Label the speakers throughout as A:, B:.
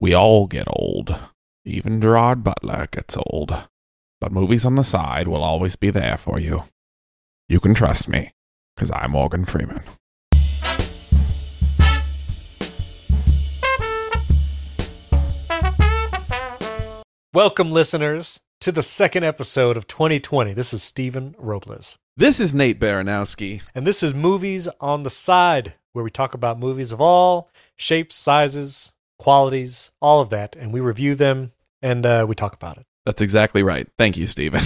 A: We all get old. Even Gerard Butler gets old. But movies on the side will always be there for you. You can trust me, because I'm Morgan Freeman.
B: Welcome, listeners, to the second episode of 2020. This is Stephen Robles,
A: This is Nate Baranowski.
B: and this is Movies on the Side, where we talk about movies of all shapes, sizes, qualities, all of that, and we review them and uh, we talk about
A: That's exactly right. Thank you, Steven.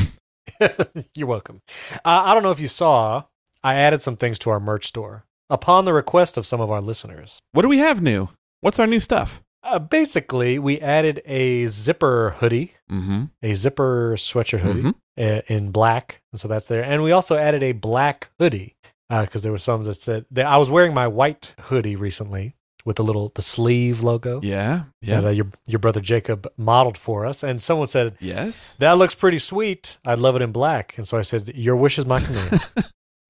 B: it. You're welcome. Uh, I don't know if you saw, I added some things to our merch store upon the request of some of our listeners.
A: What do we have new? What's our new stuff?
B: Uh, basically, we added a zipper hoodie,
A: Mm-hmm.
B: a zipper sweatshirt hoodie.
A: Mhm.
B: uh, in black, and so that's there. And we also added a black hoodie because there were some that said that I was wearing my white hoodie recently with the little the sleeve logo
A: Yeah. Yeah.
B: that uh, your your brother Jacob modeled for us, and someone said.
A: yes.
B: That looks pretty sweet. I'd love it in black. And so I said, Your wish is my command.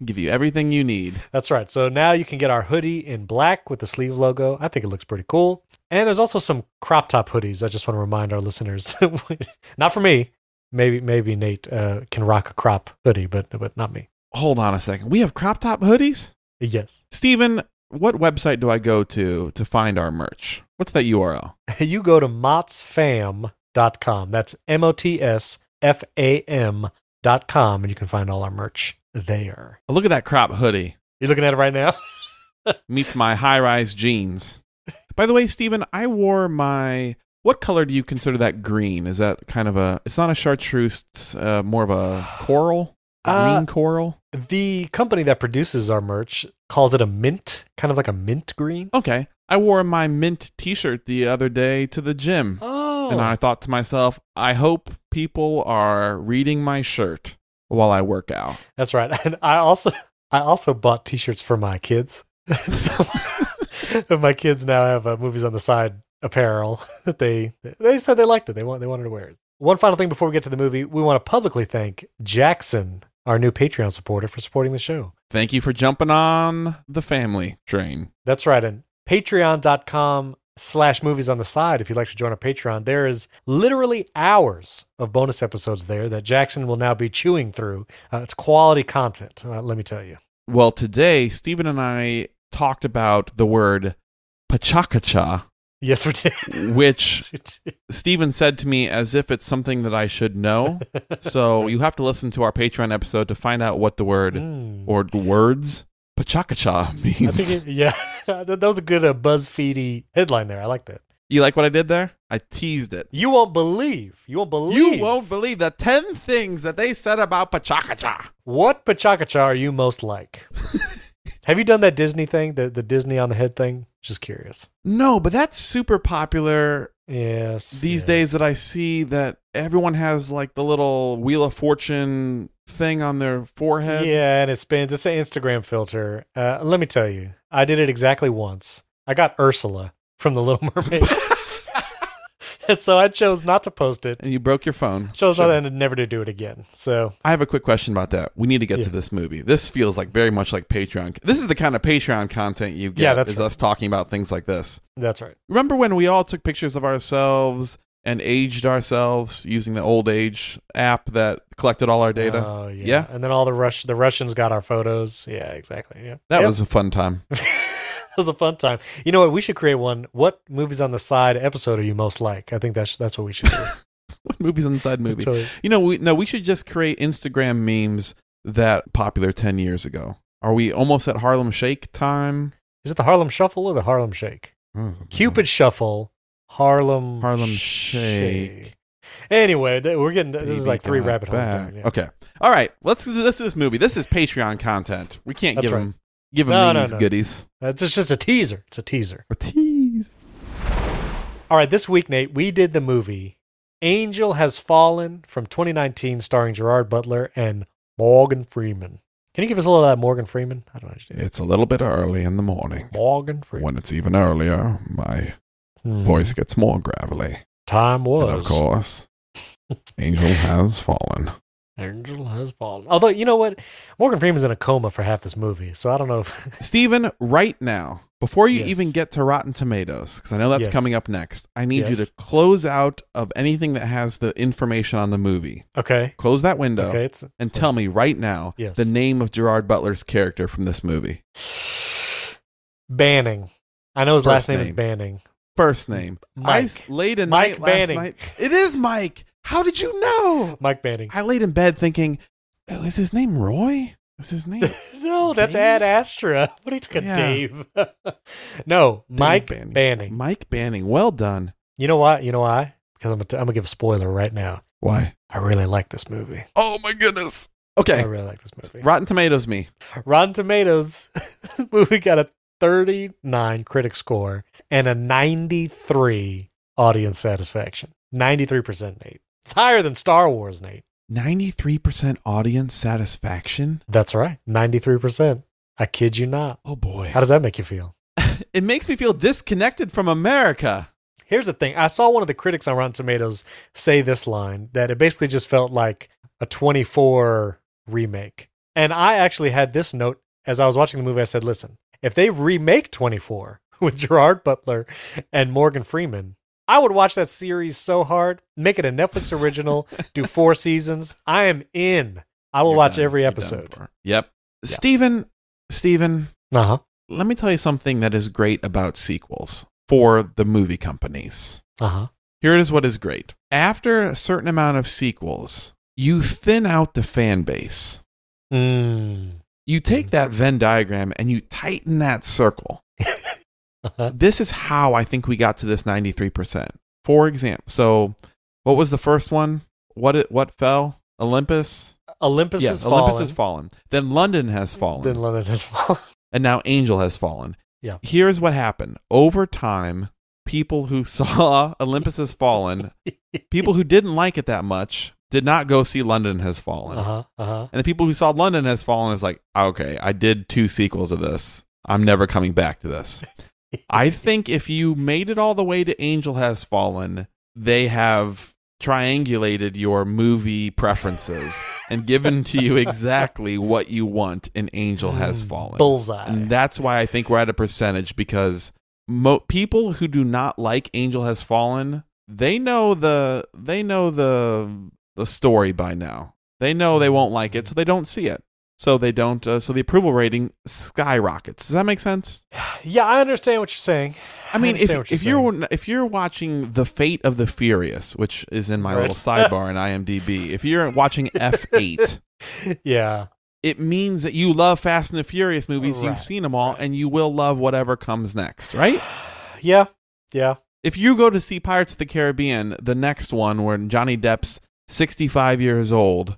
A: Give you everything you need.
B: That's right. So now you can get our hoodie in black with the sleeve logo. I think it looks pretty cool. And there's also some crop top hoodies. I just want to remind our listeners, not for me. Maybe maybe Nate uh, can rock a crop hoodie, but but not me.
A: Hold on a second. We have crop top hoodies?
B: Yes.
A: Steven, what website do I go to to find our merch? What's that URL?
B: You go to motsfam.com. That's M O T S F A M dot com, and you can find all our merch there.
A: Look at that crop hoodie.
B: You looking at it right now?
A: Meets my high rise jeans. By the way, Steven, I wore my. What color do you consider that green? Is that kind of a. It's not a chartreuse, it's, uh, more of a coral?
B: Uh,
A: green coral?
B: The company that produces our merch calls it a mint, kind of like a mint green.
A: Okay. I wore my mint t shirt the other day to the gym.
B: Oh.
A: And I thought to myself, I hope people are reading my shirt while I work out.
B: That's right. And I also I also bought t-shirts for my kids. so my kids now have uh, movies on the side apparel that they they said they liked it. They want they wanted to wear it. One final thing before we get to the movie, we want to publicly thank Jackson, our new Patreon supporter for supporting the show.
A: Thank you for jumping on the family train.
B: That's right. And patreon.com slash movies on the side if you'd like to join our patreon there is literally hours of bonus episodes there that jackson will now be chewing through uh, it's quality content uh, let me tell you
A: Well, today, Stephen and I talked about the word pachacacha,
B: yes we did
A: which Stephen said to me as if it's something that I should know. so you have to listen to our Patreon episode to find out what the word
B: Mm.
A: or words pachacacha means.
B: I think it, yeah, that, that was a good uh, BuzzFeedy headline there. I like that.
A: you like what I did there? I teased it.
B: You won't believe. You won't believe.
A: You won't believe the 10 things that they said about pachacacha.
B: What pachacacha are you most like? Have you done that Disney thing, the the Disney on the head thing? Just curious.
A: No, but that's super popular
B: Yes.
A: these
B: yes.
A: days that I see that everyone has like the little Wheel of Fortune thing on their forehead.
B: Yeah, and it spins. It's an Instagram filter. Uh, let me tell you, I did it exactly once. I got Ursula from The Little Mermaid, and so I chose not to post it.
A: And you broke your phone.
B: Chose
A: Sure.
B: not and never to do it again. So
A: I have a quick question about that. We need to get to
B: Yeah.
A: this movie. This feels like very much like Patreon. This is the kind of Patreon content you get.
B: Yeah, that's
A: is
B: right.
A: us talking about things like this.
B: that's right.
A: Remember when we all took pictures of ourselves and aged ourselves using the old age app that collected all our data?
B: Oh yeah.
A: Yeah.
B: And then all the Rush the Russians got our photos. Yeah, exactly. Yeah.
A: that
B: Yep.
A: was a fun time.
B: that was a fun time. You know what? We should create one. What movies on the side episode are you most like? I think that's that's what we should do.
A: what movies inside movie?
B: Totally.
A: You know, we no, we should just create Instagram memes that popular ten years ago. Are we almost at Harlem Shake time? Oh,
B: Is it the Harlem Shuffle or the Harlem Shake? Cupid Shuffle, Harlem
A: Harlem Shake.
B: Anyway, th- we're getting this is
A: Baby
B: like three
A: got
B: rabbit holes
A: back.
B: down. Yeah.
A: Okay, all right. Let's do- let's do this movie. This is Patreon content. We can't
B: That's
A: give
B: right.
A: them give them
B: No, no,
A: these
B: no.
A: goodies.
B: That's it's just a teaser. It's a teaser.
A: A tease.
B: All right, this week, Nate, we did the movie Angel Has Fallen from 2019, starring Gerard Butler and Morgan Freeman. Can you give us a little of that Morgan Freeman? I don't understand.
A: It's a little bit early in the morning.
B: Morgan Freeman.
A: When it's even earlier, my
B: Hmm.
A: voice gets more gravelly.
B: Time
A: And of
B: was.
A: course, Angel has fallen.
B: Angel Has Fallen. Although, you know what? Morgan Freeman's in a coma for half this movie, so I don't know if.
A: Steven, right now, Before you
B: Yes.
A: even get to Rotten Tomatoes, because I know that's
B: Yes.
A: coming up next, I need you
B: Yes.
A: to close out of anything that has the information on the movie.
B: Okay.
A: Close that window
B: Okay. It's
A: and tell me right now
B: Yes.
A: the name of Gerard Butler's character from this movie.
B: Banning. I know his
A: First
B: last name,
A: name.
B: is Banning.
A: First name. I
B: Mike.
A: s- laid in
B: Mike
A: night last
B: Banning.
A: night- It is Mike. How did you know?
B: Mike Banning.
A: I laid in bed thinking, oh, is his name Roy? Is his name
B: no, that's
A: Dave?
B: Ad Astra. What are you talking,
A: Yeah.
B: Dave? no, Mike
A: Banning.
B: Banning.
A: Mike Banning? Well done.
B: You know why? You know why? Because I'm gonna, t- I'm gonna give a spoiler right now.
A: Why?
B: I really like this movie.
A: Oh my goodness.
B: I
A: Okay.
B: really like this movie.
A: Rotten Tomatoes me.
B: Rotten Tomatoes this movie got a 39 critic score and a 93 audience satisfaction. 93% Nate. It's higher than Star Wars, Nate.
A: 93% audience satisfaction.
B: That's right. 93%. I kid you not.
A: Oh boy.
B: How does that make you feel?
A: It makes me feel disconnected from America.
B: Here's the thing. I saw one of the critics on Rotten Tomatoes say this line that it basically just felt like a 24 remake. And I actually had this note as I was watching the movie. I said, listen, if they remake 24 with Gerard Butler and Morgan Freeman, I would watch that series so hard. Make it a Netflix original, do four seasons. I am in. I will
A: You're
B: watch
A: done.
B: every
A: You're done
B: episode.
A: for. Yep. Steven, Steven,
B: Uh huh.
A: let me tell you something that is great about sequels for the movie companies.
B: Uh huh.
A: Here is what is great. After a certain amount of sequels, you thin out the fan base.
B: Mm.
A: You take that Venn diagram and you tighten that circle.
B: Uh-huh.
A: This is how I think we got to this 93%. For example, so what was the first one? What it, what fell? Olympus?
B: Olympus
A: Yes,
B: is fallen.
A: Olympus has fallen. Then London has fallen.
B: Then London has fallen.
A: and now Angel has fallen.
B: Yeah.
A: Here's what happened. Over time, people who saw Olympus has fallen, people who didn't like it that much, did not go see London has fallen.
B: Uh huh. Uh huh.
A: And the people who saw London has fallen is like, okay, I did two sequels of this. I'm never coming back to this. I think if you made it all the way to Angel Has Fallen, they have triangulated your movie preferences and given to you exactly what you want in Angel Has
B: Mm,
A: Fallen.
B: Bullseye.
A: And that's why I think we're at a percentage because mo- people who do not like Angel Has Fallen, they know the they know the the story by now. They know they won't like it, so they don't see it. So they don't. Uh, so the approval rating skyrockets. Does that make sense?
B: yeah, I understand what you're saying.
A: I mean, if,
B: understand what you're
A: if you're if you're watching The Fate of the Furious, which is in my
B: Right.
A: little sidebar in IMDb, if you're watching F8,
B: Yeah.
A: it means that you love Fast and the Furious movies.
B: Right,
A: You've seen them all,
B: right.
A: and you will love whatever comes next, right?
B: Yeah. Yeah.
A: If you go to see Pirates of the Caribbean, the next one where Johnny Depp's 65 years old,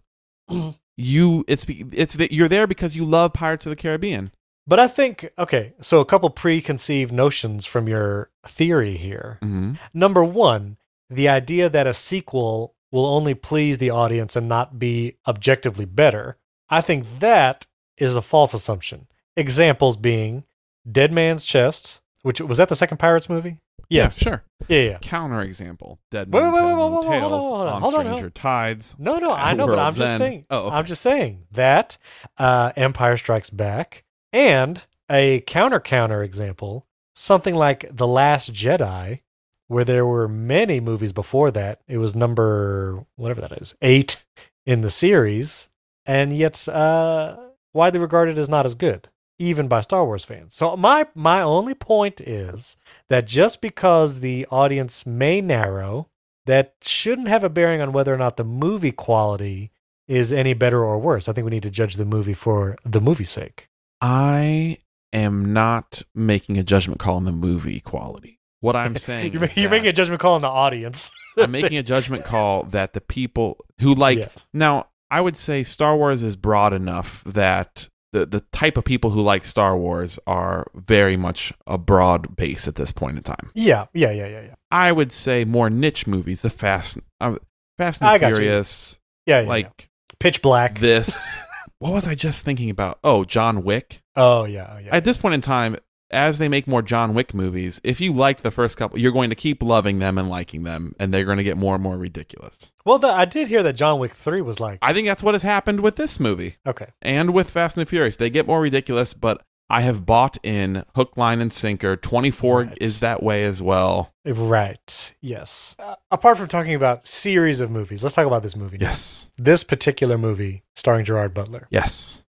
A: you it's be- it's that you're there because you love Pirates of the Caribbean.
B: But I think okay, so a couple preconceived notions from your theory here.
A: Mm-hmm.
B: Number 1, the idea that a sequel will only please the audience and not be objectively better. I think that is a false assumption. Examples being Dead Man's Chest, which was that the second Pirates movie? Yes.
A: sure.
B: Yeah, yeah.
A: Counterexample: Dead
B: Wait,
A: Men
B: wait, wait,
A: Tell
B: wait,
A: No
B: wait, wait, hold
A: Tales
B: on, hold on,
A: on
B: hold on,
A: Stranger
B: hold on.
A: Tides.
B: No, no, I know, but I'm
A: World's
B: just
A: End.
B: saying.
A: Oh, okay.
B: I'm just saying that uh, Empire Strikes Back and a counter counter example, something like The Last Jedi, where there were many movies before that. It was number whatever that is, eight in the series, and yet uh, widely regarded as not as good, even by Star Wars fans. So my my only point is that just because the audience may narrow, that shouldn't have a bearing on whether or not the movie quality is any better or worse. I think we need to judge the movie for the movie's sake.
A: I am not making a judgment call on the movie quality. What I'm saying,
B: You're,
A: is
B: ma- you're
A: that
B: making a judgment call on the audience.
A: I'm making a judgment call that the people who like
B: Yes.
A: Now, I would say Star Wars is broad enough that the, the type of people who like Star Wars are very much a broad base at this point in time.
B: Yeah, yeah, yeah, yeah, yeah.
A: I would say more niche movies, the Fast, uh, Fast and
B: I got you.
A: Furious,
B: Yeah, yeah, yeah.
A: like
B: Pitch Black.
A: this. what was I just thinking about? Oh, John Wick.
B: oh yeah, oh, yeah.
A: At this point in time, as they make more John Wick movies, if you liked the first couple, you're going to keep loving them and liking them, and they're going to get more and more ridiculous.
B: well, the, I did hear that John Wick Three was like
A: I think that's what has happened with this movie.
B: okay,
A: and with Fast and the Furious. They get more ridiculous, but I have bought in hook, line, and sinker. 24
B: Right.
A: is that way as well.
B: Right. Yes. Uh, apart from talking about series of movies, let's talk about this movie. now.
A: Yes.
B: This particular movie starring Gerard Butler.
A: Yes.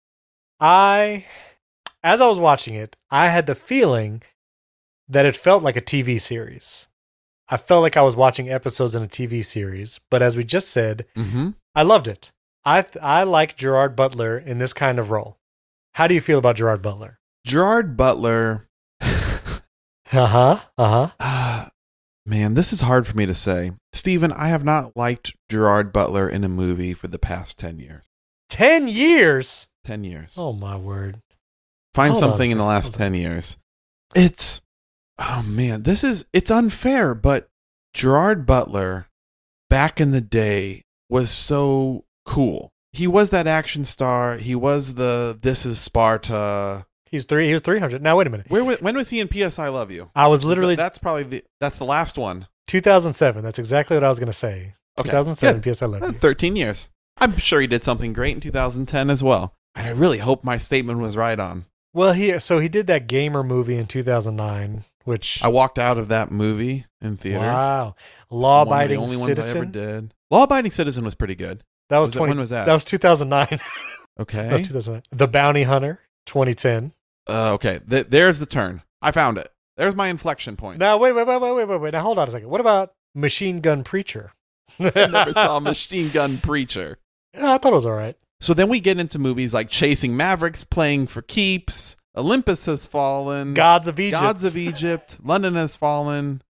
B: I, as I was watching it, I had the feeling that it felt like a TV series. I felt like I was watching episodes in a TV series, but as we just said,
A: Mm-hmm.
B: I loved it. I I like Gerard Butler in this kind of role. How do you feel about Gerard Butler?
A: Gerard Butler.
B: Uh huh. Uh huh.
A: Ah, man, this is hard for me to say. Steven, I have not liked Gerard Butler in a movie for the past 10 years.
B: Ten years.
A: 10 years.
B: Oh my word.
A: Find
B: hold on a
A: something in the
B: second,
A: last
B: hold
A: 10 years. It's, oh man, this is, it's unfair, but Gerard Butler back in the day was so cool. He was that action star. He was the This is Sparta.
B: He's three. He was three hundred. Now wait a minute.
A: Where wa- when was he in PS I Love You?
B: I was literally
A: that's probably the that's the last one.
B: 2007. That's exactly what I was going to say.
A: Okay,
B: 2007
A: good.
B: PS I love
A: Uh,
B: you.
A: 13 years. I'm sure he did something great in 2010 as well. I really hope my statement was right on.
B: Well, he so he did that gamer movie in 2009, which
A: I walked out of that movie in theaters.
B: wow,
A: One of the
B: law-abiding
A: only ones I ever
B: citizen.
A: did. Law Abiding Citizen was pretty good.
B: That was,
A: Was it-
B: 20.
A: when was that?
B: That was 2009.
A: Okay.
B: that was 2009. The Bounty Hunter 2010.
A: Uh, okay. Th- there's the turn. I found it. There's my inflection point.
B: Now wait, wait, wait, wait, wait, wait, wait. Now hold on a second. What about Machine Gun Preacher?
A: I never saw Machine Gun Preacher.
B: Yeah, I thought it was all right.
A: So then we get into movies like Chasing Mavericks, Playing for Keeps, Olympus Has Fallen,
B: Gods of Egypt.
A: Gods of E- Egypt, London Has Fallen,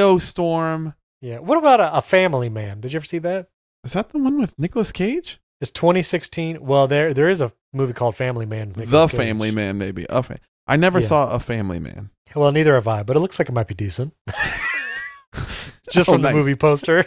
A: Geostorm.
B: Yeah. What about a, a Family Man? Did you ever see that?
A: Is that the one with Nicolas Cage?
B: It's 2016. Well, there there is a movie called Family Man. with
A: the
B: Nicolas Cage.
A: Family Man, maybe. A fa- I never
B: Yeah.
A: saw a Family Man.
B: Well, neither have I, but it looks like it might be decent. Just
A: Oh,
B: from
A: nice.
B: the movie poster.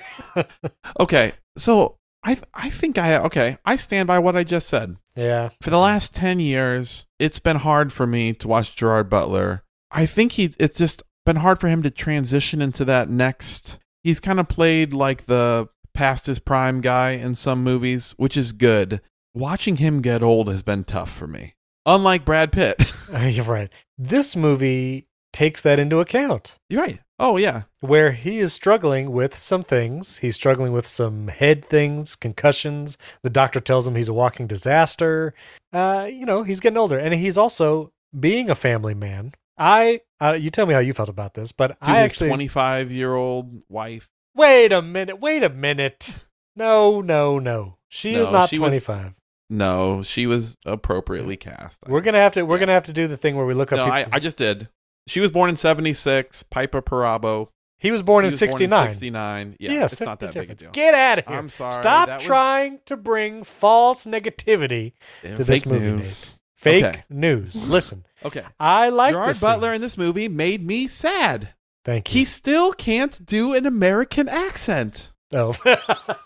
A: Okay, so I I think I okay. I stand by what I just said.
B: yeah.
A: For the last ten years, it's been hard for me to watch Gerard Butler. I think he it's just been hard for him to transition into that next. He's kind of played like the past his prime guy in some movies, which is good. Watching him get old has been tough for me. Unlike Brad Pitt.
B: You're right. This movie takes that into account
A: You're right. Oh yeah.
B: where he is struggling with some things. He's struggling with some head things, concussions. The doctor tells him he's a walking disaster. Uh, you know, he's getting older and he's also being a family man. I uh, you tell me how you felt about this, but
A: To
B: I
A: his
B: actually
A: 25 year old wife.
B: Wait a minute. Wait a minute. No, no, no. She is
A: No,
B: not
A: she was-
B: 25.
A: No, she was appropriately cast.
B: We're gonna have to. We're
A: Yeah.
B: gonna have to do the thing where we look up.
A: No, I,
B: people.
A: I just did. She was born in 76, Piper Parabo.
B: he was born
A: He
B: in
A: was born
B: '69.
A: 69. Yeah,
B: Yeah,
A: it's
B: six
A: not that
B: year
A: big a
B: difference.
A: deal.
B: Get out of here.
A: I'm sorry,
B: Stop
A: that was-
B: trying to bring false negativity,
A: Yeah,
B: to this
A: fake
B: movie,
A: news.
B: fake
A: Okay.
B: news. Listen,
A: Okay.
B: I like
A: Gerard
B: this
A: Butler
B: scenes.
A: in this movie made me sad.
B: Thank you.
A: He still can't do an American accent.
B: Oh.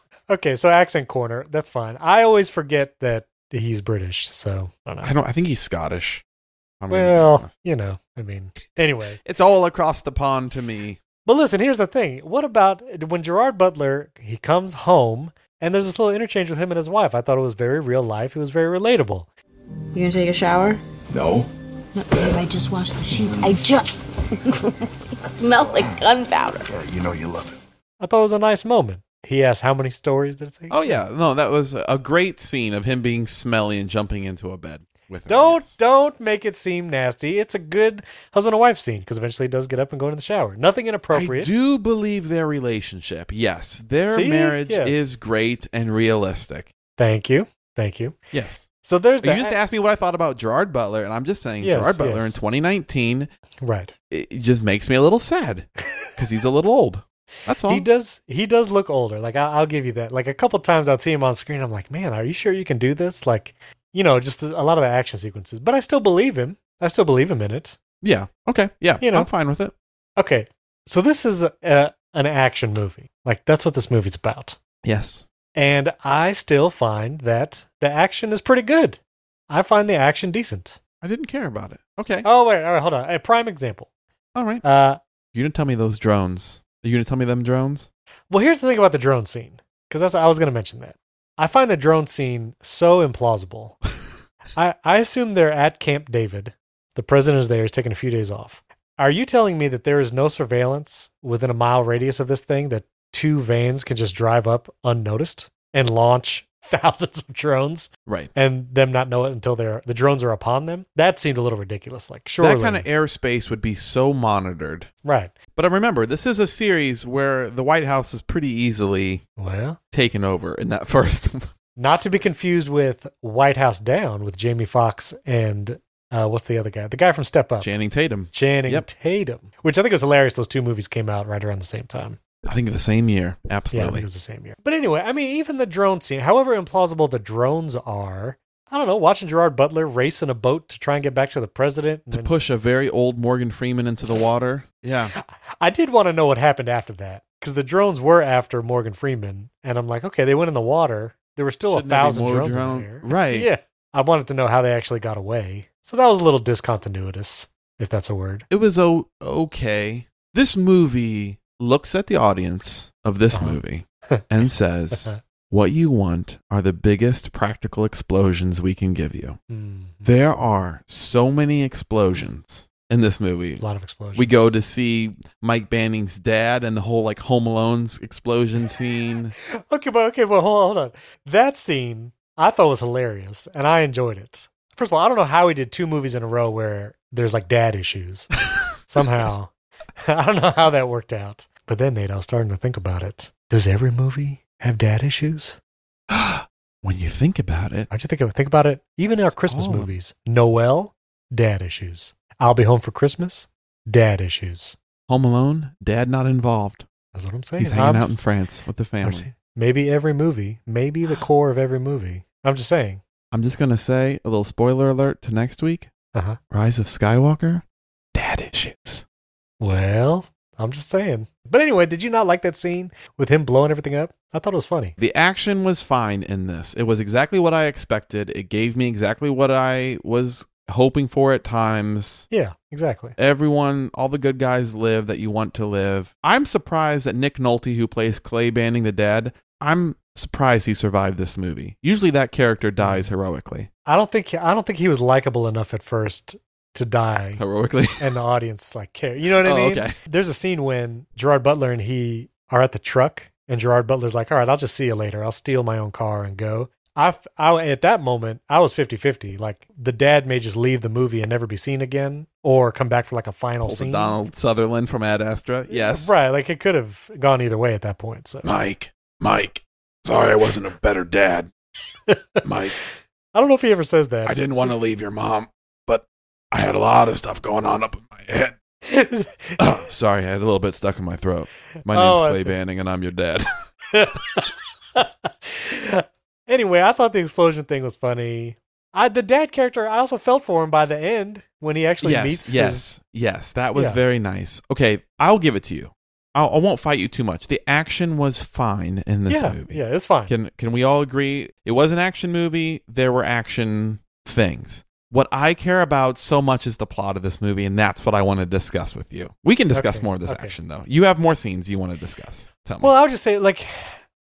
B: okay, so accent corner. That's fine. I always forget that he's British. So I don't know.
A: I don't. I think he's Scottish. I'm gonna be
B: Well,
A: honest.
B: you know, I mean, anyway.
A: it's all across the pond to me.
B: But listen, here's the thing. What about when Gerard Butler he comes home and there's this little interchange with him and his wife? I thought it was very real life. It was very relatable.
C: You gonna take a shower?
D: No.
C: Babe, I just washed the sheets. I just smell like gunpowder.
D: Yeah, you know you love it.
B: I thought it was a nice moment. He asked how many stories did it take?
A: Oh yeah, no, that was a great scene of him being smelly and jumping into a bed with. her,
B: Don't
A: yes.
B: don't make it seem nasty. It's a good husband and wife scene because eventually he does get up and go into the shower. Nothing
A: I
B: inappropriate.
A: do believe their relationship. Yes, their
B: See?
A: marriage
B: Yes.
A: is great and realistic.
B: Thank you. Thank you.
A: Yes.
B: So there's
A: You
B: that.
A: used to ask me what I thought about Gerard Butler, and I'm just saying
B: Yes,
A: Gerard Butler
B: yes.
A: in 2019
B: right.
A: it it just makes me a little sad because he's a little old. That's all.
B: He does. He does look older. Like I, I'll give you that. Like a couple times I'd see him on screen. I'm like, man, are you sure you can do this? Like, you know, just a lot of the action sequences. But I still believe him. I still believe him in it.
A: Yeah. Okay. Yeah.
B: You know.
A: I'm fine with it.
B: Okay, so this is a, an action movie. Like that's what this movie's about.
A: Yes.
B: And I still find that the action is pretty good. I find the action decent.
A: I didn't care about it. Okay.
B: Oh wait, all right, hold on. A prime example.
A: All right.
B: Uh,
A: You didn't tell me those drones. Are you going to tell me them drones?
B: Well, here's the thing about the drone scene, because that's I was going to mention that. I find the drone scene so implausible. I I assume they're at Camp David, The president is there. He's taking a few days off. Are you telling me that there is no surveillance within a mile radius of this thing that two vans can just drive up unnoticed and launch thousands of drones
A: Right.
B: and them not know it until they're the drones are upon them? That seemed a little ridiculous. Like, sure,
A: That kind of airspace would be so monitored.
B: right.
A: But remember, this is a series where the White House is pretty easily
B: Well,
A: taken over in that first.
B: not to be confused with White House Down with Jamie Foxx and uh, what's the other guy? The guy from Step Up,
A: Channing Tatum,
B: Channing
A: Yep.
B: Tatum. Which I think was hilarious. Those two movies came out right around the same time.
A: I think the same year.
B: Yeah, I think
A: Absolutely.
B: it was the same year. But anyway, I mean, even the drone scene, however implausible the drones are, I don't know, watching Gerard Butler race in a boat to try and get back to the president. and
A: to
B: then-
A: push a very old Morgan Freeman into the water. Yeah.
B: I did want to know what happened after that because the drones were after Morgan Freeman. And I'm like, okay, they went in the water. There were still
A: Shouldn't
B: a
A: there be
B: thousand
A: more
B: drones
A: drone-
B: in there.
A: Right.
B: Yeah. I wanted to know how they actually got away. So that was a little discontinuitous, if that's a word.
A: It was o- okay. This movie looks at the audience of this
B: Uh-huh.
A: movie and says, What you want are the biggest practical explosions we can give you.
B: Hmm.
A: There are so many explosions in this movie.
B: a lot of explosions.
A: We go to see Mike Banning's dad and the whole like Home Alone's explosion scene.
B: Okay, but okay, but hold on, hold on. That scene I thought was hilarious, and I enjoyed it. First of all, I don't know how he did two movies in a row where there's like dad issues. Somehow, I don't know how that worked out. But then, Nate, I was starting to think about it. Does every movie have dad issues?
A: when you think about it,
B: Aren't you think of think about it? Even our Christmas
A: all of-
B: movies, Noel, dad issues. I'll be home for Christmas, dad issues.
A: Home Alone, dad not involved.
B: That's what I'm saying.
A: He's hanging
B: I'm
A: out in
B: just-
A: France with the family.
B: I'm saying, maybe every movie, maybe the core of every movie. I'm just saying.
A: I'm just going to say a little spoiler alert to next week
B: Uh huh.
A: Rise of Skywalker, dad issues.
B: Well, I'm just saying. But anyway, did you not like that scene with him blowing everything up? I thought it was funny.
A: The action was fine in this. It was exactly what I expected. It gave me exactly what I was hoping for at times.
B: Yeah, exactly.
A: Everyone, all the good guys live that you want to live. I'm surprised that Nick Nolte, who plays Clay Banning the dad, I'm surprised he survived this movie. Usually that character dies heroically.
B: I don't think I don't think he was likable enough at first to die
A: Heroically?
B: and the audience like care. You know what I
A: Oh,
B: mean?
A: okay.
B: There's a scene when Gerard Butler and he are at the truck and Gerard Butler's like, "All right, I'll just see you later. I'll steal my own car and go." I, f- I- at that moment, I was 50-50. Like the dad may just leave the movie and never be seen again or come back for like a final
A: Also
B: scene.
A: Donald Sutherland from Ad Astra. Yes.
B: Right, like it could have gone either way at that point. So
A: Mike. Mike. Sorry I wasn't a better dad. Mike.
B: I don't know if he ever says that.
A: didn't want to leave your mom, but I had a lot of stuff going on up in my head. Sorry, I had a little bit stuck in my throat. My name's
B: Oh, I
A: Clay
B: see.
A: Banning, and I'm your dad.
B: anyway, I thought the explosion thing was funny. I, the dad character, I also felt for him by the end when he actually meets. His,
A: yes, yes. That was
B: Yeah.
A: very nice. Okay, I'll give it to you. I'll, I won't fight you too much. The action was fine in this
B: yeah,
A: movie.
B: yeah, it's fine.
A: Can can we all agree it was an action movie? There were action things. What I care about so much is the plot of this movie, and that's what I want to discuss with you. We can discuss
B: Okay,
A: more of this
B: okay.
A: action, though. You have more scenes you want to discuss. Tell me.
B: Well, I would just say, like,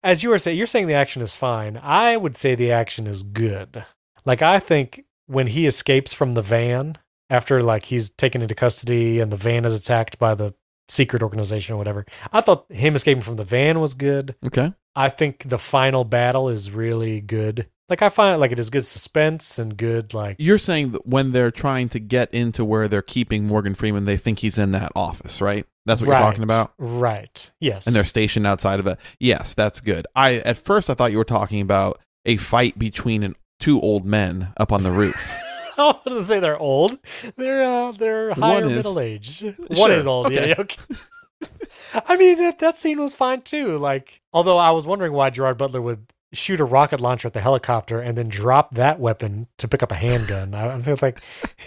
B: as you were saying, you're saying the action is fine. I would say the action is good. Like, I think when he escapes from the van after, like, he's taken into custody and the van is attacked by the secret organization or whatever, I thought him escaping from the van was good.
A: okay.
B: I think the final battle is really good. Like, I find like it is good suspense and good, like,
A: You're saying that when they're trying to get into where they're keeping Morgan Freeman, they think he's in that office, right? That's what
B: right,
A: you're talking about.
B: Right. Yes.
A: And they're stationed outside of it. Yes, that's good. I at first I thought you were talking about a fight between an, two old men up on the roof.
B: I wouldn't say they're old. They're uh, they're higher
A: is-
B: middle age. One
A: Sure,
B: is old. Yeah.
A: okay.
B: yeah, Okay. I mean that, that scene was fine too. Like, although I was wondering why Gerard Butler would shoot a rocket launcher at the helicopter and then drop that weapon to pick up a handgun. I, I'm thinking like,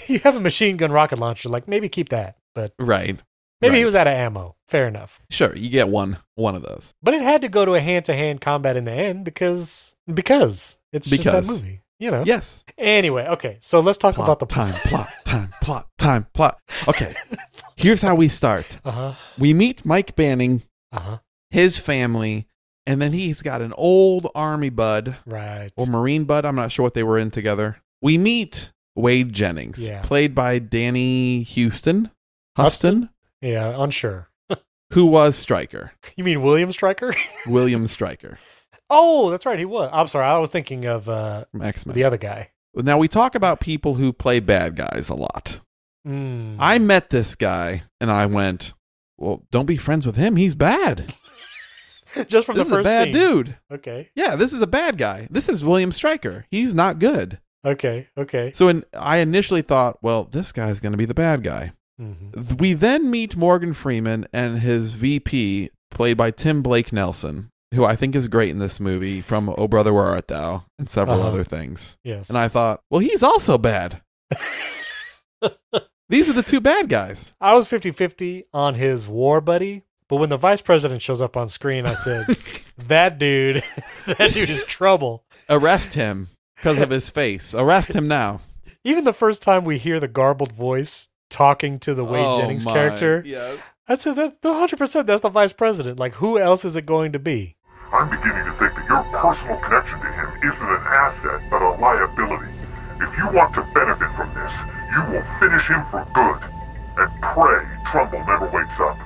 B: you have a machine gun rocket launcher. Like, maybe keep that. But
A: right.
B: maybe he
A: Right.
B: was out of ammo. Fair enough.
A: Sure, you get one one of those.
B: But it had to go to a hand to hand combat in the end because because it's just
A: Because.
B: that movie. You know.
A: Yes.
B: Anyway, okay. So let's talk
A: Plot,
B: about the
A: time, plot, time, plot, time, plot. Okay. Here's how we start.
B: Uh huh.
A: We meet Mike Banning,
B: Uh huh.
A: his family, and then he's got an old army bud
B: Right.
A: or Marine Bud. I'm not sure what they were in together. We meet Wade Jennings,
B: Yeah.
A: played by Danny Houston,
B: Huston?
A: Huston,
B: Yeah, unsure.
A: who was Stryker,
B: You mean William Stryker?
A: William Stryker
B: oh, that's right. He was. I'm sorry. I was thinking of uh,
A: from X Men.
B: the other guy.
A: Now we talk about people who play bad guys a lot.
B: Mm.
A: I met this guy and I went, "Well, don't be friends with him. He's bad.
B: just from
A: This is
B: the
A: a
B: first
A: bad
B: scene.
A: dude.
B: Okay.
A: Yeah, this is a bad guy. This is William Stryker. He's not good."
B: Okay. Okay.
A: So in, I initially thought, "Well, this guy's going to be the bad guy."
B: Mhm.
A: We then meet Morgan Freeman and his VP, played by Tim Blake Nelson, who I think is great in this movie from Oh Brother Where Art Thou and several
B: Uh-huh.
A: other things.
B: Yes.
A: And I thought, well, he's also bad. These are the two bad guys.
B: I was 50 50 on his war buddy, but when the vice president shows up on screen, I said, That dude, that dude is trouble.
A: Arrest him because of his face. Arrest him now.
B: Even the first time we hear the garbled voice talking to the Wade
A: Oh
B: Jennings
A: my,
B: character,
A: Yes.
B: I said, that, 100% that's the vice president. Like, who else is it going to be?
D: I'm beginning to think that your personal connection to him isn't an asset, but a liability. If you want to benefit from this, you will finish him for good. And pray Trumbull never wakes up.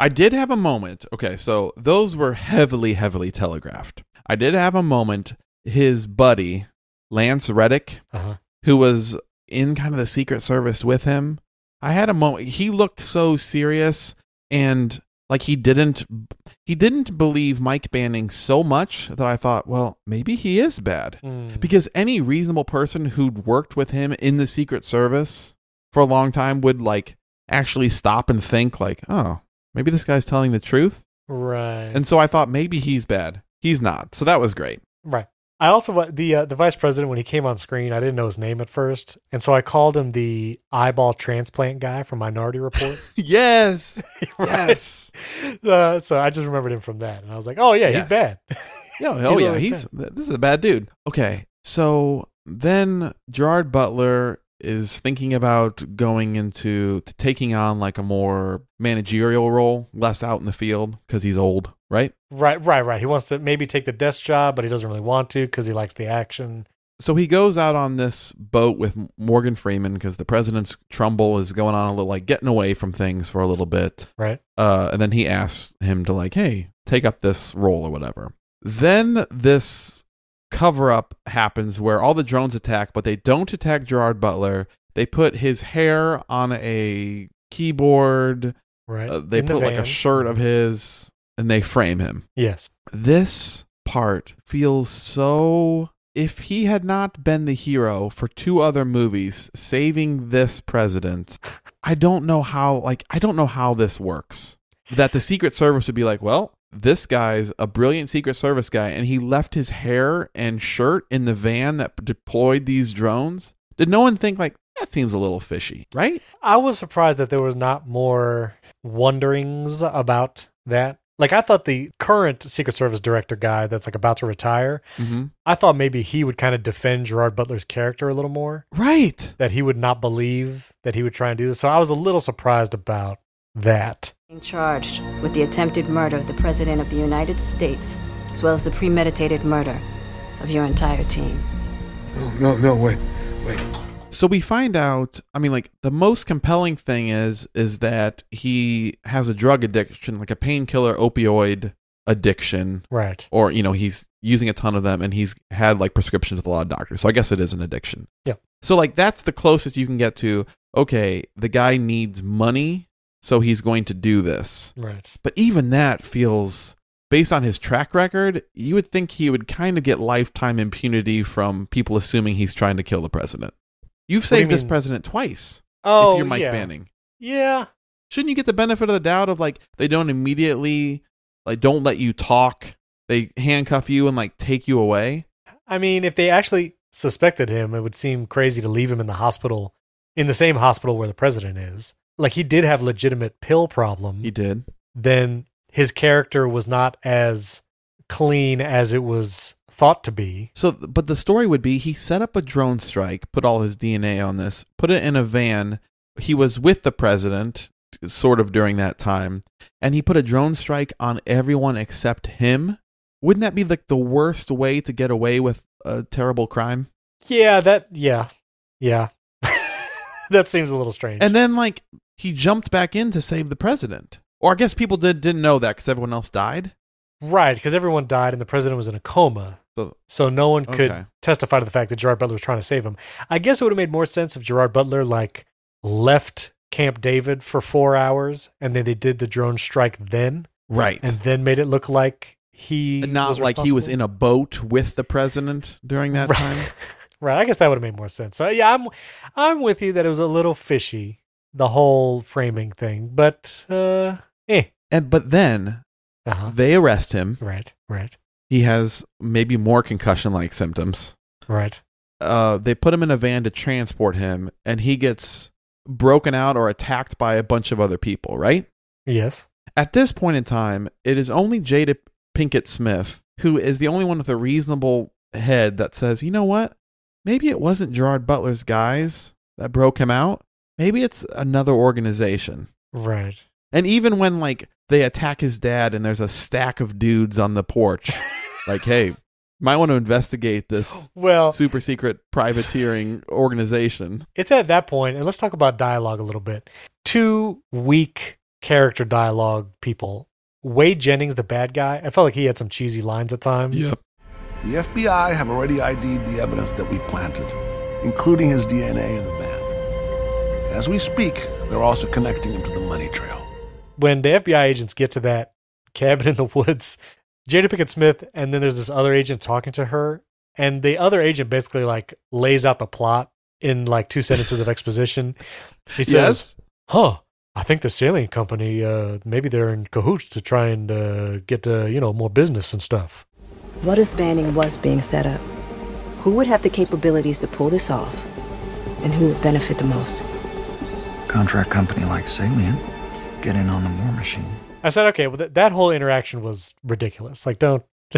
A: I did have a moment. Okay, so those were heavily, heavily telegraphed. I did have a moment. His buddy, Lance Reddick,
B: Uh-huh.
A: who was in kind of the Secret Service with him. I had a moment. He looked so serious and like he didn't he didn't believe Mike Banning so much that I thought, well, maybe he is bad.
B: Mm.
A: Because any reasonable person who'd worked with him in the Secret Service for a long time would like actually stop and think like, oh, maybe this guy's telling the truth.
B: right.
A: And so I thought maybe he's bad. He's not. So that was great.
B: Right. I also wa- the uh, the vice president when he came on screen, I didn't know his name at first, and so I called him the eyeball transplant guy from Minority Report.
A: Yes.
B: Right?
A: Yes.
B: Uh, so I just remembered him from that, and I was like, "Oh yeah,
A: Yes.
B: he's bad."
A: Yeah,
B: He's
A: oh yeah,
B: always
A: he's th- this is a bad dude. Okay, so then Gerard Butler is thinking about going into to taking on like a more managerial role, less out in the field because he's old, right?
B: Right, right, right. He wants to maybe take the desk job, but he doesn't really want to because he likes the action.
A: So he goes out on this boat with M- Morgan Freeman because the president's Trumbull is going on a little like getting away from things for a little bit.
B: Right.
A: uh, and then he asks him to like, hey, take up this role or whatever. Then this cover up happens where all the drones attack, but they don't attack Gerard Butler. They put his hair on a keyboard.
B: Right.
A: Uh, they
B: In the
A: put like a
B: van.
A: shirt of his, and they frame him.
B: Yes.
A: This part feels so. If he had not been the hero for two other movies saving this president, I don't know how. Like, I don't know how this works. That the Secret Service would be like, well, this guy's a brilliant Secret Service guy, and he left his hair and shirt in the van that deployed these drones. Did no one think like that seems a little fishy, right?
B: I was surprised that there was not more wonderings about that. Like I thought the current Secret Service director guy that's like about to retire,
A: Mm-hmm.
B: I thought maybe he would kind of defend Gerard Butler's character a little more,
A: Right.
B: that he would not believe that he would try and do this. So I was a little surprised about that.
C: Charged with the attempted murder of the President of the United States, as well as the premeditated murder of your entire team.
E: No, no, wait, wait.
A: So we find out, I mean like the most compelling thing is is that he has a drug addiction, like a painkiller opioid addiction
B: Right.
A: or you know he's using a ton of them and he's had like prescriptions with a lot of doctors. So I guess it is an addiction.
B: Yeah.
A: So like that's the closest you can get to okay, the guy needs money, so he's going to do this.
B: Right.
A: But even that feels based on his track record, you would think he would kind of get lifetime impunity from people assuming he's trying to kill the president. You've
B: do you
A: saved this
B: mean?
A: president twice
B: Oh,
A: if you're Mike
B: yeah.
A: Banning.
B: Yeah.
A: Shouldn't you get the benefit of the doubt of like they don't immediately like don't let you talk. They handcuff you and like take you away.
B: I mean, if they actually suspected him, it would seem crazy to leave him in the hospital, in the same hospital where the president is. Like he did have legitimate pill problem.
A: He did.
B: then his character was not as clean as it was thought to be.
A: So but the story would be he set up a drone strike, put all his DNA on this, put it in a van. He was with the president sort of during that time and he put a drone strike on everyone except him. Wouldn't that be like the worst way to get away with a terrible crime?
B: Yeah, that. Yeah, yeah. that seems a little strange.
A: And then like he jumped back in to save the president. Or I guess people did didn't know that because everyone else died.
B: right, because everyone died and the president was in a coma.
A: So
B: So no one could
A: Okay.
B: testify to the fact that Gerard Butler was trying to save him. I guess it would have made more sense if Gerard Butler like left Camp David for four hours and then they did the drone strike then
A: right,
B: and then made it look like he
A: And not
B: was
A: like he was
B: responsible.
A: in a boat with the president during that
B: right.
A: time.
B: right. I guess that would have made more sense. So yeah, I'm I'm with you that it was a little fishy the whole framing thing, but uh, eh.
A: And but then
B: Uh-huh.
A: they arrest him.
B: Right. Right.
A: He has maybe more concussion-like symptoms.
B: Right.
A: Uh, they put him in a van to transport him, and he gets broken out or attacked by a bunch of other people. Right.
B: Yes.
A: At this point in time, it is only Jada Pinkett Smith who is the only one with a reasonable head that says, you know what? Maybe it wasn't Gerard Butler's guys that broke him out. Maybe it's another organization.
B: Right.
A: And even when like they attack his dad and there's a stack of dudes on the porch, like, hey, might want to investigate this
B: Well,
A: super secret privateering organization.
B: it's at that point, and let's talk about dialogue a little bit. Two weak character dialogue people. Wade Jennings, the bad guy, I felt like he had some cheesy lines at times.
F: The FBI have already ID'd the evidence that we planted, including his DNA in the van. As we speak, they're also connecting him to the money trail.
B: When the FBI agents get to that cabin in the woods, Jada Pickett Smith, and then there's this other agent talking to her, and the other agent basically like lays out the plot in like two sentences of exposition. He says, huh i think the sailing company uh maybe they're in cahoots to try and uh get uh you know more business and stuff
C: What if banning was being set up? Who would have the capabilities to pull this off? And who would benefit the most?
G: Contract company like Salient, get in on the war machine.
B: i said okay well th- that whole interaction was ridiculous like don't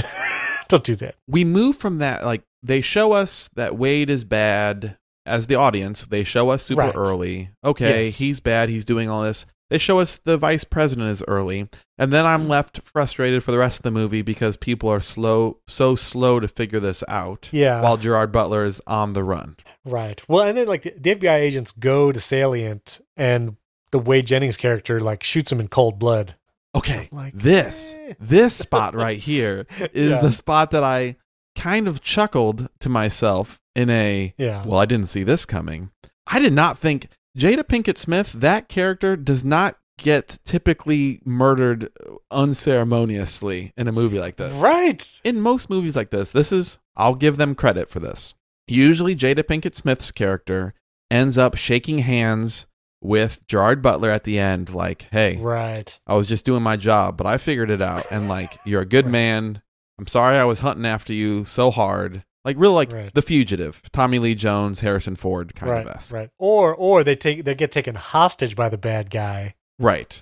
B: don't do that
A: we move from that like they show us that Wade is bad as the audience. They show us super
B: Right.
A: early. Okay,
B: Yes.
A: he's bad. He's doing all this. They show us the vice president is early, and then I'm left frustrated for the rest of the movie because people are slow, so slow to figure this out.
B: Yeah.
A: While Gerard Butler is on the run.
B: right well and then like the fbi agents go to salient and the wade jennings character like shoots him in cold blood
A: Okay,
B: Like,
A: this
B: eh.
A: this spot right here is
B: Yeah.
A: the spot that I kind of chuckled to myself in a
B: yeah
A: Well, I didn't see this coming. I did not think Jada Pinkett Smith, that character, does not get typically murdered unceremoniously in a movie like this.
B: right
A: In most movies like this, this is, I'll give them credit for this. Usually, Jada Pinkett Smith's character ends up shaking hands with Gerard Butler at the end, like, hey,
B: right
A: I was just doing my job, but I figured it out. And like, you're a good man. I'm sorry I was hunting after you so hard. Like, real like
B: Right.
A: the fugitive, Tommy Lee Jones, Harrison Ford kind
B: right
A: of esque. Right.
B: right or or they take they get taken hostage by the bad guy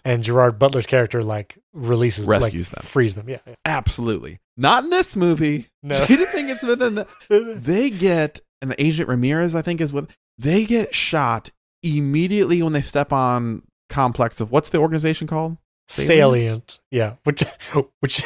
B: and gerard butler's character like releases
A: Rescues
B: like,
A: them.
B: frees them yeah, yeah.
A: Absolutely. Not in this movie.
B: No.
A: Jada Pinkett Smith and the, they get and Agent Ramirez, I think, is what they get shot immediately when they step on complex of what's the organization called?
B: salient. Yeah, which which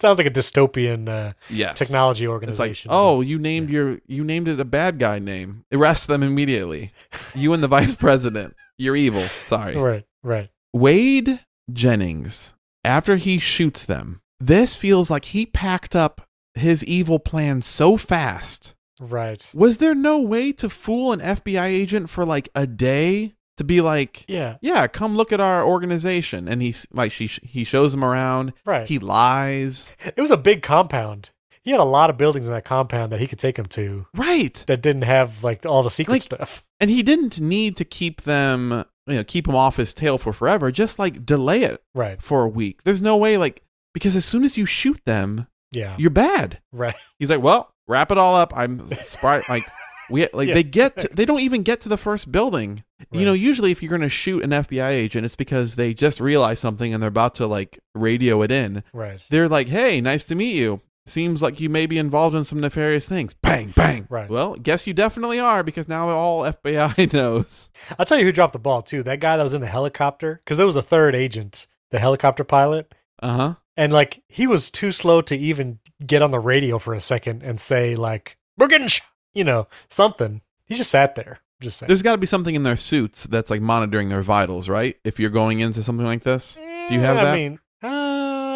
B: sounds like a dystopian uh,
A: Yes.
B: technology
A: It's like,
B: organization.
A: oh, you named your you named it a bad guy name. Arrest them immediately. You and the vice president. You're evil. Sorry.
B: right, right,
A: Wade Jennings, after he shoots them, this feels like he packed up his evil plan so fast.
B: right.
A: Was there no way to fool an FBI agent for like a day to be like,
B: Yeah,
A: yeah, come look at our organization? And he's like, she he shows him around.
B: Right.
A: He lies.
B: it was a big compound. He had a lot of buildings in that compound that he could take them to
A: Right.
B: that didn't have like all the secret
A: Like-
B: stuff.
A: and he didn't need to keep them you know keep him off his tail for forever just like delay it
B: Right.
A: for a week there's no way like because as soon as you shoot them
B: Yeah.
A: you're bad
B: right.
A: he's like well wrap it all up i'm spry like we like
B: Yeah,
A: they get to, they don't even get to the first building you know
B: Right.
A: usually if you're going to shoot an fbi agent it's because they just realize something and they're about to like radio it in
B: Right.
A: they're like hey nice to meet you seems like you may be involved in some nefarious things bang bang
B: Right.
A: well guess you definitely are because now all fbi knows
B: I'll tell you who dropped the ball too. That guy that was in the helicopter because there was a third agent, the helicopter pilot.
A: Uh huh.
B: And like he was too slow to even get on the radio for a second and say like we're getting sh-, you know something. He just sat there. Just saying.
A: There's got to be something in their suits that's like monitoring their vitals, right? If you're going into something like this. Do you have
B: Yeah, I
A: that?
B: mean, uh,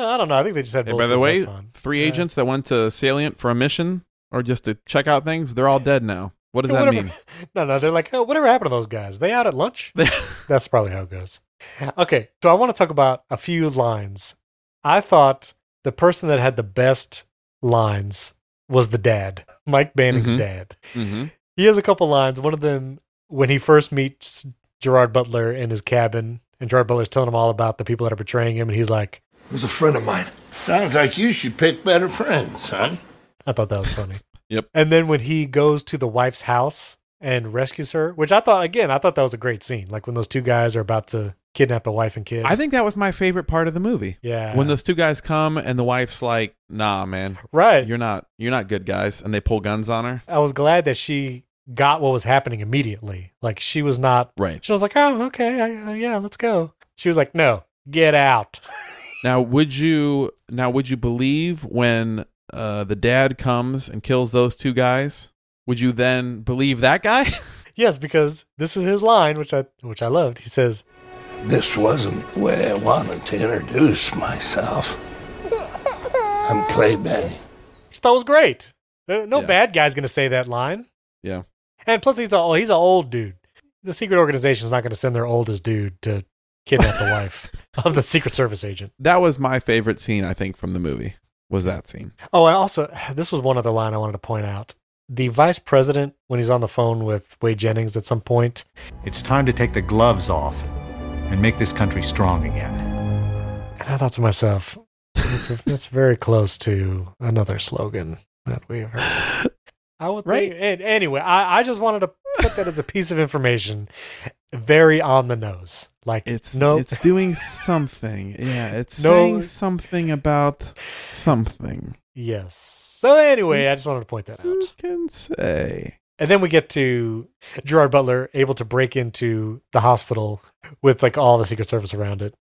B: I don't know. I think they just had.
A: Hey, by the
B: bulletproof
A: way,
B: vests on.
A: three
B: Yeah.
A: agents that went to Salient for a mission or just to check out things, they're all dead now. What does that
B: Whatever-
A: mean?
B: No, no, they're like, oh, whatever happened to those guys? They out at lunch? That's probably how it goes. Okay, so I want to talk about a few lines. I thought the person that had the best lines was the dad, Mike Banning's
A: Mhm.
B: dad.
A: Mhm.
B: He has a couple lines. One of them, when he first meets Gerard Butler in his cabin, and Gerard Butler's telling him all about the people that are betraying him, and he's like,
E: It was a friend of mine.
H: Sounds like you should pick better friends, son.
B: I thought that was funny.
A: Yep.
B: And then when he goes to the wife's house and rescues her, which I thought again, I thought that was a great scene. Like when those two guys are about to kidnap the wife and kid.
A: I think that was my favorite part of the movie.
B: yeah.
A: When those two guys come and the wife's like, "Nah, man,
B: right.
A: you're not you're not good guys," and they pull guns on her.
B: I was glad that she got what was happening immediately. Like she was not.
A: Right.
B: She was like, oh, okay, I, I- yeah, let's go. She was like, no, get out.
A: Now, would you now would you believe when uh, the dad comes and kills those two guys? Would you then believe that guy?
B: yes, because this is his line, which I which I loved. He says,
H: This wasn't the way I wanted to introduce myself. I'm Clay Benny.
B: which I thought was great. Uh, No
A: Yeah.
B: bad guy's gonna say that line.
A: yeah.
B: And plus, he's a oh, he's an old dude. The secret organization's not going to send their oldest dude to kidnap the wife of the Secret Service agent.
A: That was my favorite scene I think from the movie. Was that scene?
B: Oh, and also, this was one other line I wanted to point out. The vice president, when he's on the phone with Wade Jennings at some point,
I: It's time to take the gloves off and make this country strong again.
B: and I thought to myself, that's, that's very close to another slogan that we've heard. I would
A: Right.
B: think, and anyway, I, I just wanted to put that as a piece of information, very on the nose. Like
A: It's
B: no,
A: It's doing something. Yeah. It's
B: No.
A: saying something about something.
B: yes. So anyway, I just wanted to point that
A: Who
B: out.
A: can say?
B: And then we get to Gerard Butler able to break into the hospital with like all the Secret Service around it.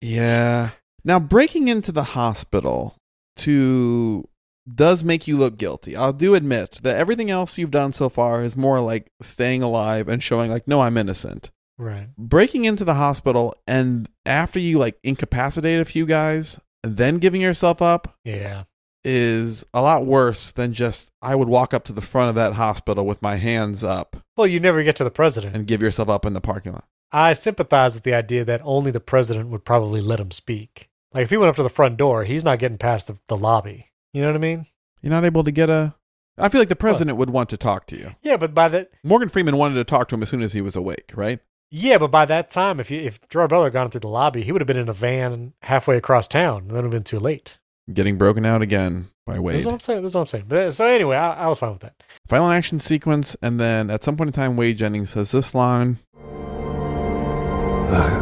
A: yeah. Now breaking into the hospital to does make you look guilty. I do admit that everything else you've done so far is more like staying alive and showing like no I'm innocent.
B: Right.
A: Breaking into the hospital and after you like incapacitate a few guys and then giving yourself up
B: Yeah.
A: is a lot worse than just I would walk up to the front of that hospital with my hands up
B: Well, you never get to the president.
A: and give yourself up in the parking lot.
B: I sympathize with the idea that only the president would probably let him speak. Like if he went up to the front door, he's not getting past the, the lobby. You know what I mean?
A: You're not able to get a I feel like the president would want to talk to you.
B: Yeah, but by that
A: Morgan Freeman wanted to talk to him as soon as he was awake, right?
B: yeah, but by that time, if you, if Gerard Butler had gone through the lobby, he would have been in a van halfway across town, and then it would have been too late.
A: Getting broken out again by
B: That's
A: Wade.
B: what I'm saying. That's what I'm saying. But, so anyway, I, I was fine with that.
A: Final action sequence, and then at some point in time, Wade Jennings says this line.
H: Glad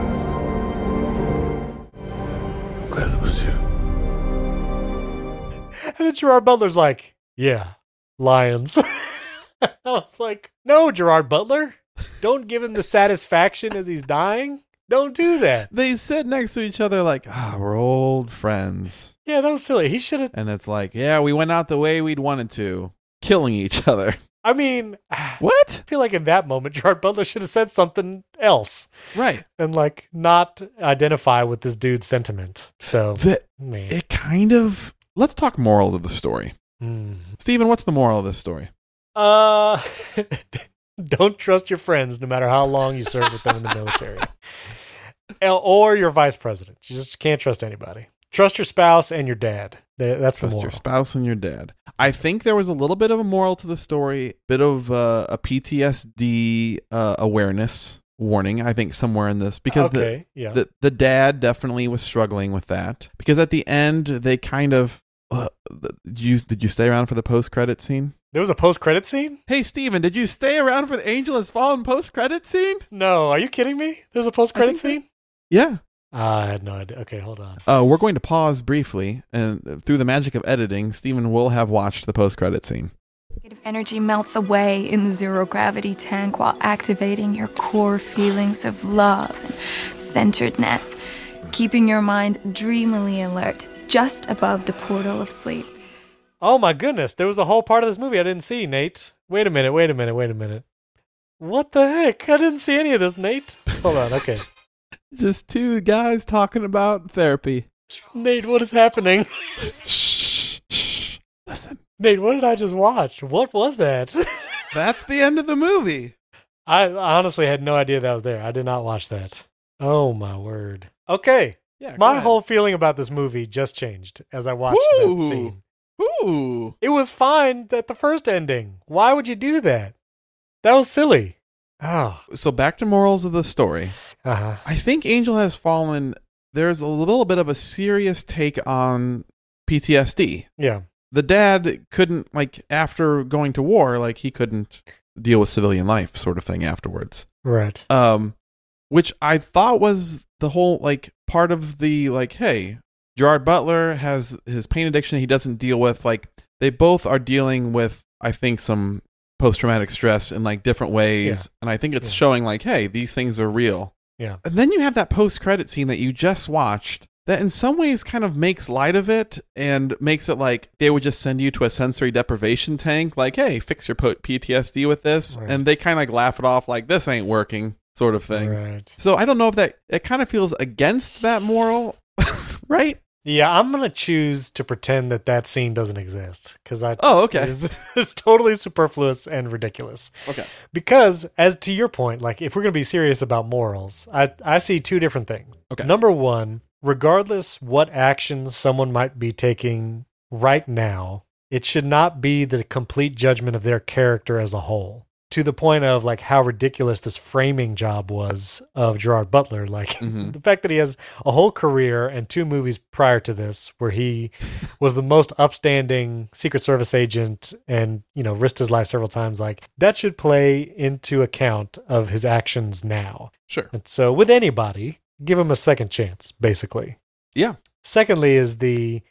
H: it was you.
B: And then Gerard Butler's like, yeah, Lions. I was like, no, Gerard Butler. Don't give him the satisfaction as he's dying. Don't do that.
A: They sit next to each other like, ah, we're old friends.
B: Yeah, that was silly. He should have.
A: And it's like, yeah, we went out the way we'd wanted to, killing each other.
B: I mean, I
A: What?
B: feel like in that moment, Gerard Butler should have said something else
A: Right.
B: and, like, not identify with this dude's sentiment. So,
A: The,
B: man.
A: it kind of. Let's talk morals of the story.
B: Mm.
A: Steven, what's the moral of this story?
B: Uh, don't trust your friends, no matter how long you serve with them in the military, El- or your vice president. You just can't trust anybody. Trust your spouse and your dad. Th- That's the
A: Trust
B: moral.
A: your spouse and your dad. I think there was a little bit of a moral to the story, bit of uh, a PTSD uh, awareness warning. I think somewhere in this because
B: okay, yeah,
A: the, the the dad definitely was struggling with that because at the end they kind of uh, th- did you did you stay around for the post credit scene?
B: there was a post-credit scene.
A: Hey Steven, did you stay around for the Angel Has Fallen post credit scene?
B: No, are you kidding me? There's a post-credit
A: think
B: scene.
A: Yeah.
B: Ah, I had no idea. Okay, hold on.
A: Uh, we're going to pause briefly, and through the magic of editing, Steven will have watched the post credit scene.
J: Negative energy melts away in the zero gravity tank while activating your core feelings of love and centeredness, keeping your mind dreamily alert just above the portal of sleep.
B: Oh my goodness, there was a whole part of this movie I didn't see. Nate, wait a minute, wait a minute, wait a minute. What the heck? I didn't see any of this, Nate. Hold on. Okay.
A: Just two guys talking about therapy.
B: Nate, what is happening?
A: Listen,
B: Nate, what did I just watch? What was that?
A: that's the end of the movie.
B: I honestly had no idea that was there. I did not watch that. Oh my word. Okay.
A: Yeah, go
B: My
A: ahead.
B: whole feeling about this movie just changed as I watched that
A: Ooh.
B: scene.
A: Ooh.
B: It was fine at the first ending. Why would you do that? That was silly. Oh.
A: So back to morals of the story.
B: Uh-huh.
A: I think Angel Has Fallen. There's a little bit of a serious take on PTSD.
B: Yeah.
A: The dad couldn't like after going to war, like he couldn't deal with civilian life, sort of thing afterwards.
B: Right.
A: um which i thought was the whole like part of the like hey gerard butler has his pain addiction he doesn't deal with like they both are dealing with i think some post-traumatic stress in like different ways and i think it's
B: Yeah.
A: showing like hey these things are real
B: Yeah.
A: and then you have that post-credit scene that you just watched that in some ways kind of makes light of it and makes it like they would just send you to a sensory deprivation tank like hey fix your po- ptsd with this
B: Right.
A: and they kind of like laugh it off like this ain't working sort of thing
B: Right.
A: so i don't know if that it kind of feels against that moral right
B: Yeah, I'm going to choose to pretend that that scene doesn't exist cuz I
A: oh okay
B: it's, it's totally superfluous and ridiculous.
A: okay
B: because as to your point like if we're going to be serious about morals i i see two different things
A: Okay.
B: number one regardless what actions someone might be taking right now it should not be the complete judgment of their character as a whole to the point of like how ridiculous this framing job was of gerard butler like
A: Mhm.
B: the fact that he has a whole career and two movies prior to this where he was the most upstanding secret service agent and you know risked his life several times like that should play into account of his actions now
A: sure
B: and so with anybody give him a second chance basically
A: Yeah.
B: secondly is the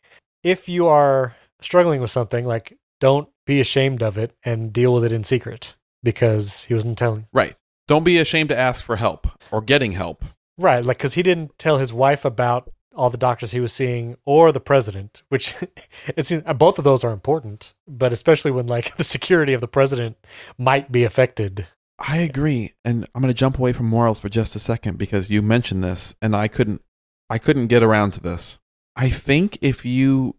B: if you are struggling with something like don't be ashamed of it and deal with it in secret because he wasn't telling
A: right don't be ashamed to ask for help or getting help
B: Right, like because he didn't tell his wife about all the doctors he was seeing or the president, which it's both of those are important, but especially when like the security of the president might be affected.
A: I agree, and I'm going to jump away from morals for just a second because you mentioned this, and I couldn't, I couldn't get around to this. I think if you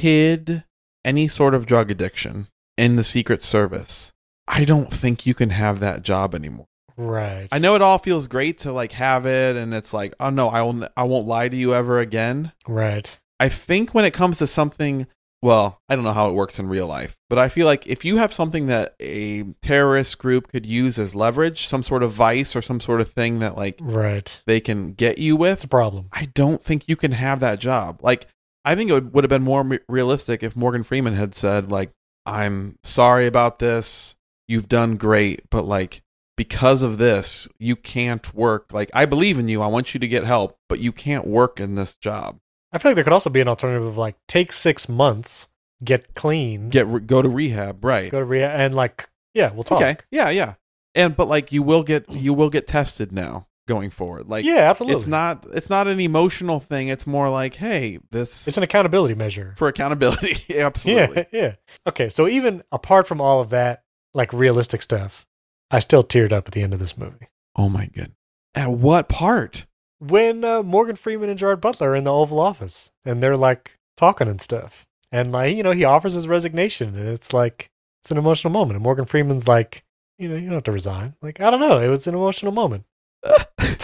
A: hid any sort of drug addiction in the Secret Service, I don't think you can have that job anymore.
B: Right.
A: I know it all feels great to like have it, and it's like, oh no, I will, I won't lie to you ever again.
B: Right.
A: I think when it comes to something, well, I don't know how it works in real life, but I feel like if you have something that a terrorist group could use as leverage, some sort of vice or some sort of thing that like
B: Right.
A: they can get you
B: It's
A: with,
B: a problem.
A: I don't think you can have that job. Like, I think it would, would have been more me- realistic if Morgan Freeman had said, like, I'm sorry about this. You've done great, but like, because of this, you can't work. Like, I believe in you. I want you to get help, but you can't work in this job.
B: I feel like there could also be an alternative of like take six months, get clean,
A: Get re- go to rehab, right?
B: go to rehab, and like yeah, we'll talk.
A: Okay. Yeah, yeah. And but like you will get you will get tested now going forward. Like
B: yeah, absolutely.
A: it's not it's not an emotional thing. It's more like, hey, this
B: It's an accountability measure.
A: for accountability. Yeah, Absolutely.
B: Yeah, yeah. Okay, so even apart from all of that, like realistic stuff, I still teared up at the end of this movie
A: Oh my good. At what part?
B: when uh, Morgan Freeman and Gerard Butler are in the Oval Office and they're like talking and stuff, and like you know he offers his resignation, and it's like it's an emotional moment, and Morgan Freeman's like, you know, you don't have to resign. Like I don't know, it was an emotional moment. I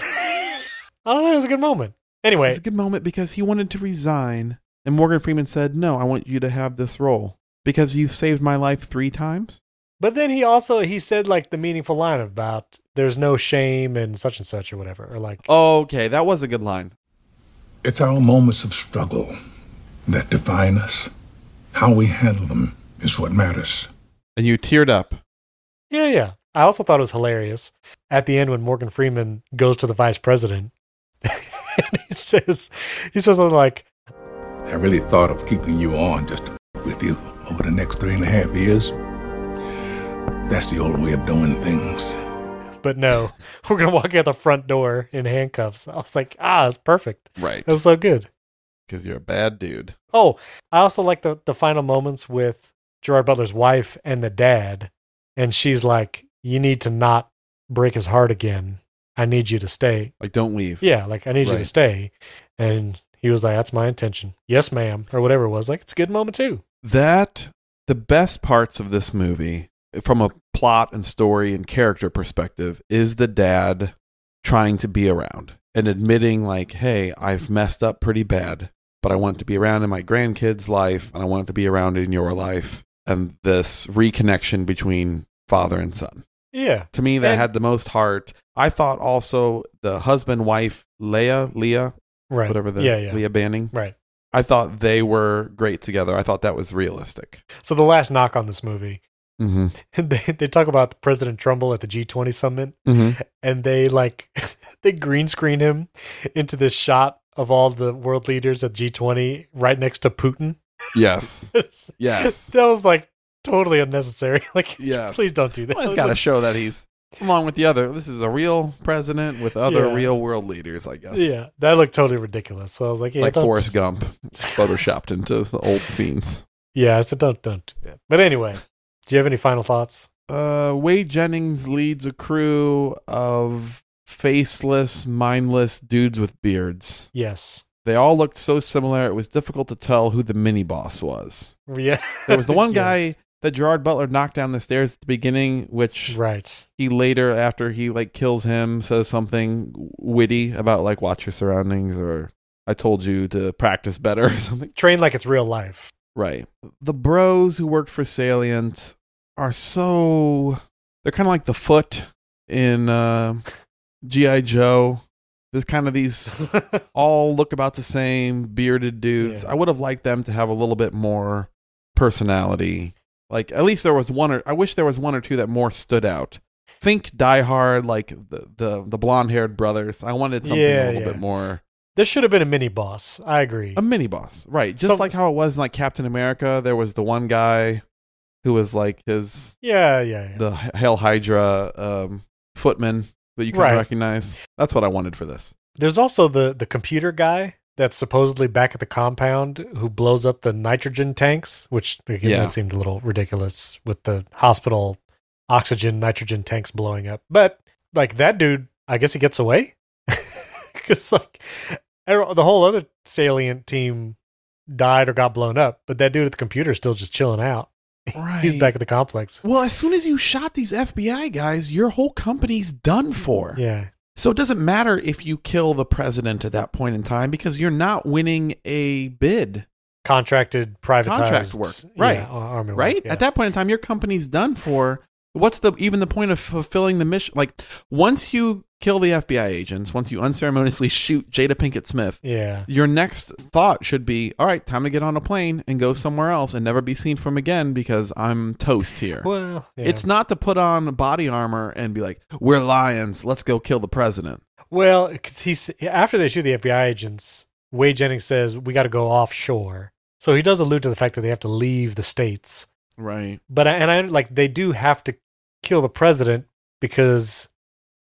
B: don't know, it was a good moment. Anyway,
A: It's a good moment because he wanted to resign and Morgan Freeman said, No, I want you to have this role. Because you've saved my life three times?
B: But then he also he said like the meaningful line about there's no shame and such and such or whatever or like
A: Okay, that was a good line.
K: It's our moments of struggle that define us. How we handle them is what matters.
A: And you teared up.
B: yeah yeah. I also thought it was hilarious at the end when Morgan Freeman goes to the vice president and he says he says something like
K: I really thought of keeping you on just to with you over the next three and a half years. That's the old way of doing things.
B: but no we're gonna walk out the front door in handcuffs. I was like ah it's perfect.
A: Right.
B: It was so good.
A: Because you're a bad dude.
B: Oh, I also like the the final moments with Gerard Butler's wife and the dad, and she's like, "You need to not break his heart again, I need you to stay.
A: Like, don't leave.
B: Yeah, like I need you to
A: Right.
B: stay. And he was like, That's my intention. Yes, ma'am, or whatever it was. Like, it's a good moment too.
A: that the best parts of this movie from a plot and story and character perspective is the dad trying to be around and admitting like hey i've messed up pretty bad but i want it to be around in my grandkids life and i want it to be around in your life and this reconnection between father and son
B: Yeah.
A: to me that
B: And-
A: had the most heart i thought also the husband wife leah leah
B: Right.
A: whatever the
B: Yeah, yeah.
A: leah banning
B: Right.
A: i thought they were great together i thought that was realistic
B: So the last knock on this movie,
A: mm-hmm.
B: they, they talk about President Trumbull at the G20 summit,
A: Mhm.
B: and they like they green screen him into this shot of all the world leaders at G20 right next to Putin.
A: Yes. Yes.
B: that was like totally unnecessary. Like,
A: Yes.
B: please don't do that.
A: Well, it's got to show that he's along with the other. This is a real president with other
B: Yeah.
A: real world leaders, I guess.
B: Yeah, that looked totally ridiculous. So I was like, yeah,
A: like
B: don't-
A: Forrest Gump, photoshopped into the old scenes.
B: Yeah, I said, don't, don't do that. But anyway, do you have any final thoughts?
A: Uh, Wade Jennings leads a crew of faceless, mindless dudes with beards.
B: Yes.
A: They all looked so similar, it was difficult to tell who the mini boss was.
B: Yeah.
A: There was the one guy
B: Yes.
A: that Gerard Butler knocked down the stairs at the beginning, which
B: Right.
A: he later after he like kills him says something witty about like watch your surroundings or I told you to practice better or something.
B: Train like it's real life.
A: Right. The bros who worked for Salient are so they're kind of like the foot in uh, GI Joe. There's kind of these all look about the same bearded dudes.
B: Yeah.
A: I would have liked them to have a little bit more personality. Like at least there was one or I wish there was one or two that more stood out. Think Die Hard, like the the, the blonde haired brothers. I wanted something
B: Yeah,
A: a little
B: yeah.
A: bit more
B: There should have been a mini boss. I agree.
A: a mini boss, right? Just
B: Some-
A: like how it was in like Captain America. There was the one guy who was like his
B: yeah, yeah, yeah.
A: the Hail Hydra um, footman that you can
B: Right.
A: recognize. That's what I wanted for this.
B: There's also the the computer guy that's supposedly back at the compound who blows up the nitrogen tanks, which again
A: Yeah.
B: that seemed a little ridiculous with the hospital oxygen nitrogen tanks blowing up. But like that dude, I guess he gets away because like every- the whole other salient team died or got blown up, but that dude at the computer is still just chilling out.
A: Right.
B: He's back at the complex.
A: Well, as soon as you shot these FBI guys, your whole company's done for.
B: Yeah,
A: So it doesn't matter if you kill the president at that point in time because you're not winning a bid,
B: contracted privatized
A: Contract work. Right.
B: yeah, ar- army work,
A: right?
B: yeah.
A: At that point in time, your company's done for. What's the even the point of fulfilling the mission? Like once you kill the FBI agents, once you unceremoniously shoot Jada Pinkett Smith,
B: yeah.
A: your next thought should be, all right, time to get on a plane and go somewhere else and never be seen from again because I'm toast here.
B: Well, yeah.
A: It's not to put on body armor and be like, "We're lions. Let's go kill the president."
B: Well, because he's after they shoot the FBI agents, Wade Jennings says we got to go offshore. So he does allude to the fact that they have to leave the states.
A: Right.
B: But I, and I like they do have to kill the president because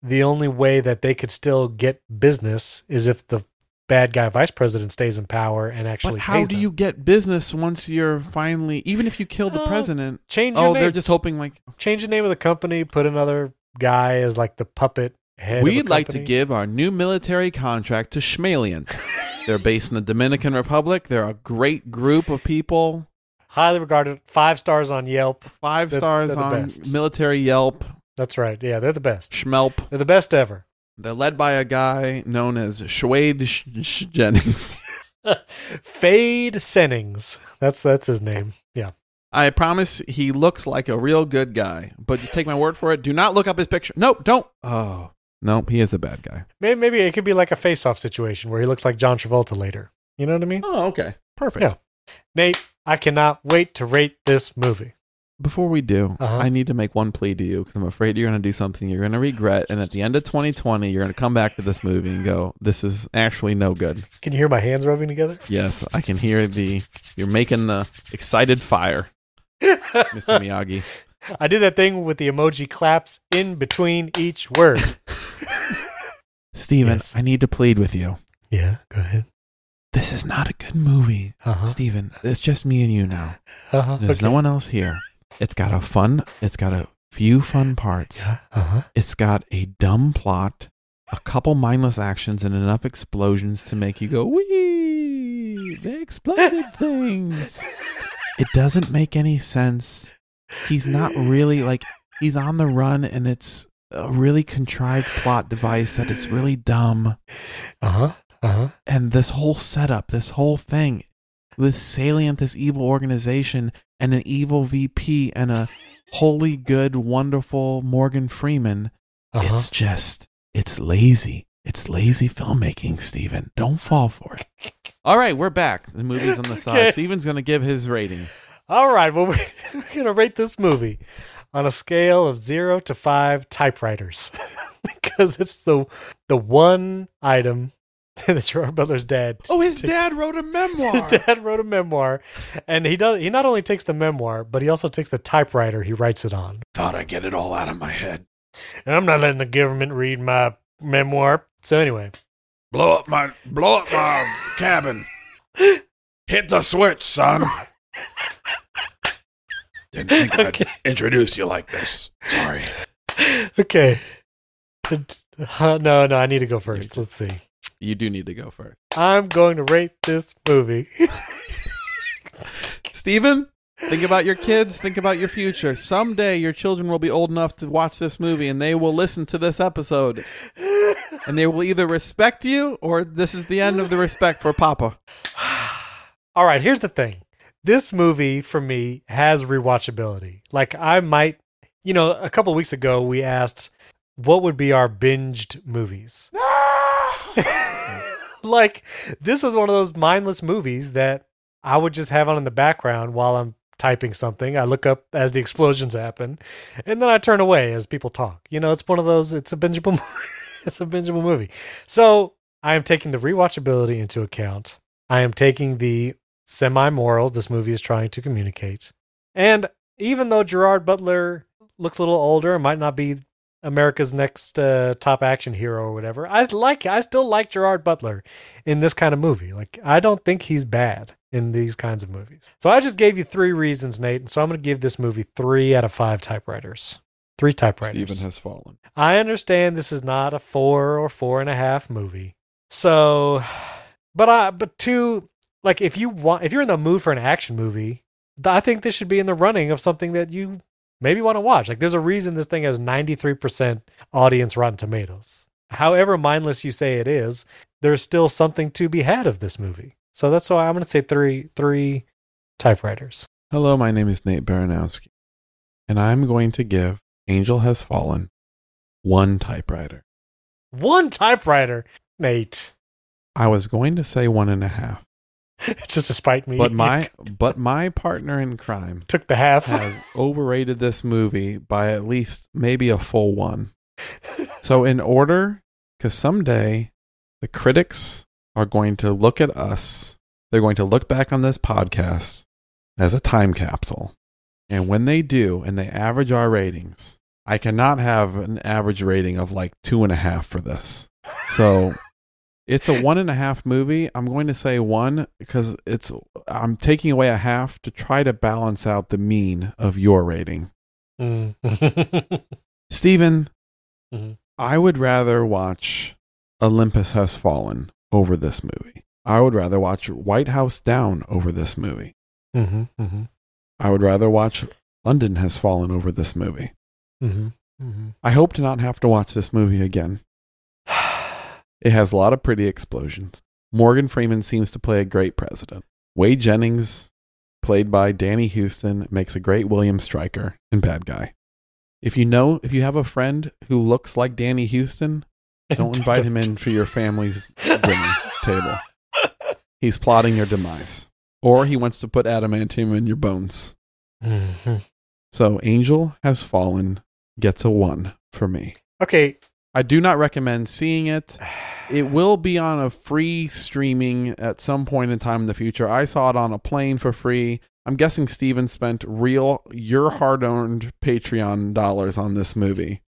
B: the only way that they could still get business is if the bad guy vice president stays in power and actually
A: But how
B: pays
A: do
B: them.
A: you get business once you're finally, even if you kill the
B: Uh,
A: president?
B: change your
A: Oh, they're
B: name.
A: just hoping like
B: change the name of the company, put another guy as like the puppet head. of a
A: we'd like to
B: company?
A: give our new military contract to Schmalian. they're based in the Dominican Republic. They're a great group of people.
B: highly regarded five stars on Yelp.
A: Five
B: They're-
A: stars
B: they're the
A: on
B: best.
A: military Yelp.
B: That's right. Yeah, they're the best.
A: Schmelp.
B: They're the best ever.
A: They're led by a guy known as Schwade Sh- Sh- Jennings.
B: Fade Sennings. That's that's his name. Yeah.
A: I promise he looks like a real good guy, but just take my word for it. Do not look up his picture. Nope, don't. Oh, nope, he is a bad guy.
B: Maybe, maybe it could be like a face-off situation where he looks like John Travolta later. You know what I mean?
A: Oh, okay. Perfect.
B: Yeah. Nate, I cannot wait to rate this movie.
A: Before we do,
B: Uh-huh.
A: I need to make one plea to you because I'm afraid you're going to do something you're going to regret. And at the end of 2020, you're going to come back to this movie and go, this is actually no good.
B: Can you hear my hands rubbing together?
A: Yes, I can hear the, you're making the excited fire, Mr. Miyagi.
B: I did that thing with the emoji claps in between each word.
A: Steven,
B: Yes.
A: I need to plead with you.
B: yeah, go ahead.
A: This is not a good movie.
B: Uh-huh.
A: Steven, it's just me and you now.
B: Uh-huh.
A: There's
B: okay.
A: no one else here. It's got a fun. It's got a few fun parts.
B: Uh-huh,
A: It's got a dumb plot, a couple mindless actions, and enough explosions to make you go, wee, they exploded things. It doesn't make any sense. He's not really like, he's on the run, and it's a really contrived plot device that it's really dumb.
B: Uh huh. Uh huh.
A: And this whole setup, this whole thing, this salient, this evil organization, and an evil VP, and a holy good, wonderful Morgan Freeman.
B: Uh-huh.
A: It's just, it's lazy. It's lazy filmmaking, Steven. Don't fall for it. All right, we're back. The movie's on the side.
B: Okay.
A: Steven's going to give his rating.
B: All right. Well, we're, we're going to rate this movie on a scale of zero to five typewriters because it's the the one item that Gerard Butler's dad.
A: Oh, his dad wrote a memoir.
B: His dad wrote a memoir, and he does. He not only takes the memoir, but he also takes the typewriter he writes it on.
A: Thought I'd get it all out of my head.
B: And I'm not letting the government read my memoir. So anyway,
K: Blow up my blow up my cabin. Hit the switch, son. Didn't think
B: Okay.
K: I'd introduce you like this. Sorry.
B: okay. Uh, no, no, I need to go first. Let's see.
A: You do need to go first.
B: I'm going to rate this movie.
A: Steven, think about your kids. Think about your future. Someday your children will be old enough to watch this movie and they will listen to this episode. And they will either respect you or this is the end of the respect for Papa.
B: All right, here's the thing. This movie for me has rewatchability. Like I might, you know, a couple weeks ago we asked what would be our binged movies. like this is one of those mindless movies that I would just have on in the background while I'm typing something. I look up as the explosions happen, and then I turn away as people talk. You know, it's one of those. It's a bingeable. it's a bingeable movie. So I am taking the rewatchability into account. I am taking the semi morals this movie is trying to communicate. And even though Gerard Butler looks a little older and might not be America's next uh, top action hero or whatever, I like I still like Gerard Butler in this kind of movie. Like I don't think he's bad in these kinds of movies. So I just gave you three reasons, Nate, and so I'm going to give this movie three out of five typewriters. Three typewriters.
A: Steven has fallen.
B: I understand this is not a four or four and a half movie. So, but I, but two, like if you want, if you're in the mood for an action movie, th- I think this should be in the running of something that you maybe want to watch. Like there's a reason this thing has 93% audience Rotten Tomatoes. However mindless you say it is, there's still something to be had of this movie. So that's why I'm going to say three, three typewriters.
A: Hello, my name is Nate Baranowski, and I'm going to give Angel Has Fallen one typewriter.
B: One typewriter, Nate,
A: I was going to say one and a half,
B: just to spite me.
A: but my but my partner in crime
B: took the half.
A: has overrated this movie by at least maybe a full one. So in order, because someday the critics are going to look at us, they're going to look back on this podcast as a time capsule. And when they do, and they average our ratings, I cannot have an average rating of like two and a half for this. So it's a one and a half movie. I'm going to say one because it's I'm taking away a half to try to balance out the mean of your rating.
B: Mm.
A: Steven,
B: Mhm.
A: I would rather watch Olympus Has Fallen over this movie. I would rather watch White House Down over this movie.
B: Mm-hmm, mm-hmm,
A: I would rather watch London Has Fallen over this movie.
B: mm-hmm, mm-hmm.
A: I hope to not have to watch this movie again. It has a lot of pretty explosions. Morgan Freeman seems to play a great president. Wade Jennings, played by Danny Houston, makes a great William Stryker and bad guy. If you know, if you have a friend who looks like Danny Houston, don't invite him in for your family's dinner table. He's plotting your demise, or he wants to put adamantium in your bones.
B: Mm-hmm.
A: So Angel Has Fallen gets a one for me.
B: okay.
A: I do not recommend seeing it. It will be on a free streaming at some point in time in the future. I saw it on a plane for free. I'm guessing Steven spent real, your hard earned Patreon dollars on this movie.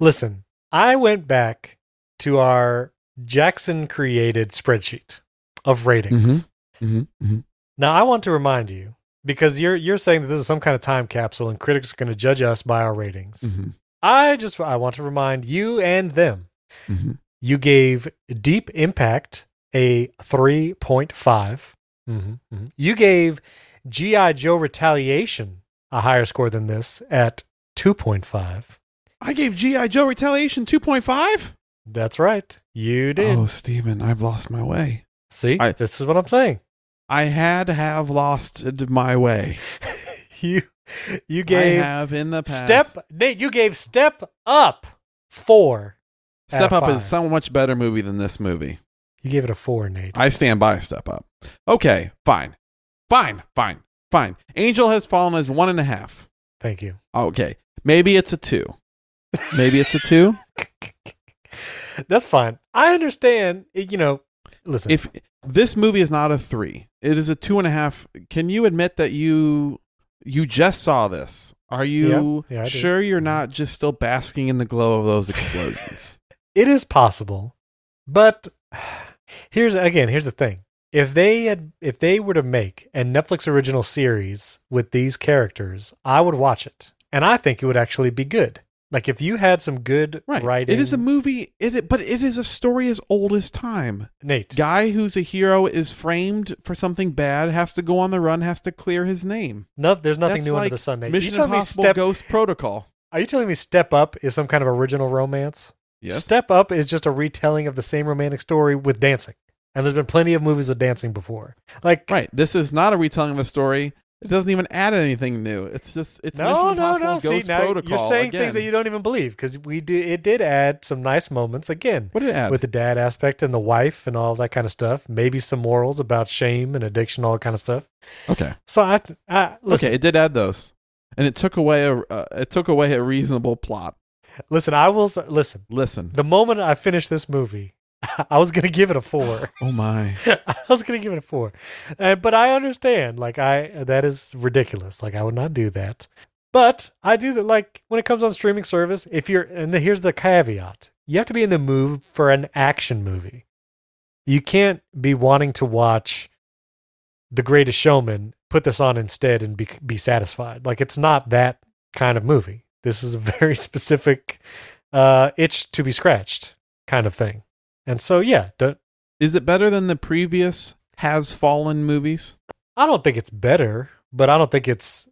B: Listen, I went back to our Jackson created spreadsheet of ratings.
A: Mhm, mhm.
B: Mm-hmm. Now, I want to remind you because you're you're saying that this is some kind of time capsule and critics are going to judge us by our ratings.
A: Mm-hmm.
B: I just I want to remind you and them. Mm-hmm.
A: Mhm.
B: You gave Deep Impact a 3.5.
A: Mm-hmm,
B: You gave GI Joe Retaliation a higher score than this at 2.5.
A: I gave GI Joe Retaliation 2.5.
B: That's right. You did.
A: Oh, Steven, I've lost my way.
B: See,
A: I-
B: this is what I'm saying.
A: I had have lost my way.
B: You you gave
A: I have in the past.
B: Step Nate, you gave Step Up 4. out
A: Step
B: of
A: Up is
B: five.
A: so much better movie than this movie.
B: You gave it a 4, Nate.
A: I stand by Step Up. Okay, fine, fine, fine, fine. Angel Has Fallen is one and a half.
B: Thank you.
A: Okay, maybe it's a two. Maybe it's a two.
B: That's fine. I understand. You know, listen.
A: if this movie is not a three, it is a two and a half. Can you admit that you you just saw this? Are you
B: Yeah, yeah, I did.
A: sure you're not just still basking in the glow of those explosions?
B: It is possible, but here's again. Here's the thing: if they had, if they were to make a Netflix original series with these characters, I would watch it, and I think it would actually be good. Like if you had some good
A: right.
B: writing,
A: It is a movie. It but it is a story as old as time.
B: Nate.
A: Guy who's a hero is framed for something bad, has to go on the run, has to clear his name.
B: No, there's nothing
A: That's
B: new under
A: like
B: the sun, Nate.
A: Mission
B: you telling me
A: Impossible
B: step?
A: Ghost Protocol.
B: Are you telling me Step Up is some kind of original romance?
A: Yes.
B: Step Up is just a retelling of the same romantic story with dancing, and there's been plenty of movies with dancing before. Like
A: Right. This is not a retelling of a story. It doesn't even add anything new. It's just it's
B: no,
A: Mission
B: no,
A: Impossible
B: no. See,
A: Ghost
B: now
A: Protocol.
B: you're saying
A: again.
B: things that you don't even believe because we do. It did add some nice moments again
A: What did it add?
B: with the dad aspect and the wife and all that kind of stuff. Maybe some morals about shame and addiction, all that kind of stuff.
A: okay.
B: So I, I listen.
A: Okay, it did add those, and it took away a uh, it took away a reasonable plot.
B: Listen, I will s- listen.
A: Listen.
B: The moment I finished this movie, I was going to give it a four.
A: Oh my.
B: I was going to give it a four, uh, but I understand. Like I, that is ridiculous. Like I would not do that. But I do that. Like when it comes on streaming service, if you're, and the, here's the caveat: you have to be in the mood for an action movie. You can't be wanting to watch The Greatest Showman. Put this on instead and be be satisfied. Like it's not that kind of movie. This is a very specific uh, itch to be scratched kind of thing. And so, yeah, don't,
A: Is it better than the previous Has Fallen movies?
B: I don't think it's better, but I don't think it's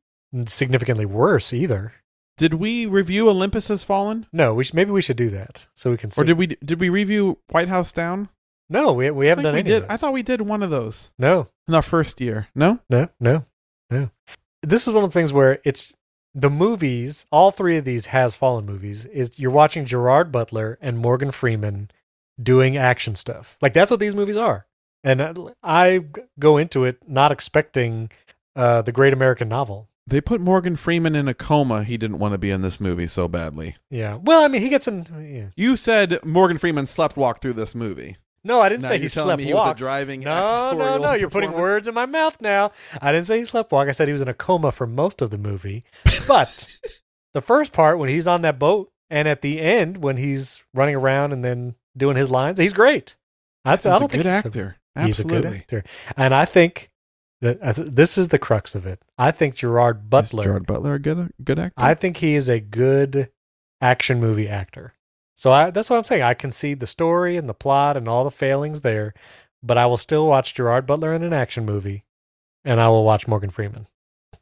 B: significantly worse either.
A: Did we review Olympus Has Fallen,
B: No, we should, maybe we should do that so we can see.
A: or did we did we review White House Down?
B: no, we, we
A: I
B: haven't
A: think
B: done
A: we
B: any.
A: did.
B: Of those.
A: I thought we did one of those
B: no,
A: in our first year. No.
B: no, no, no. This is one of the things where it's the movies. All three of these has fallen movies. Is you're watching Gerard Butler and Morgan Freeman doing action stuff. Like that's what these movies are. And I- I g- go into it not expecting uh, the Great American Novel.
A: They put Morgan Freeman in a coma. He didn't want to be in this movie so badly.
B: Yeah. Well, I mean, he gets in. Yeah.
A: You said Morgan Freeman slept walk through this movie.
B: No, I didn't
A: Now
B: say
A: you're
B: he
A: telling
B: slept
A: me he was a
B: walked.
A: driving
B: no, no,
A: actorial
B: no. You're putting
A: performance?
B: words in my mouth now. I didn't say he slept walk. I said he was in a coma for most of the movie. But the first part when he's on that boat and at the end when he's running around and then doing his lines, he's great. I, th-
A: He's
B: I
A: a
B: don't
A: good
B: think he's a-
A: actor.
B: he's a good
A: Absolutely.
B: actor. And I think that I th- this is the crux of it. I think Gerard
A: Is
B: Butler.
A: Gerard Butler a good good actor?
B: I think he is a good action movie actor. So I, that's what I'm saying. I concede the story and the plot and all the failings there, but I will still watch Gerard Butler in an action movie, and I will watch Morgan Freeman.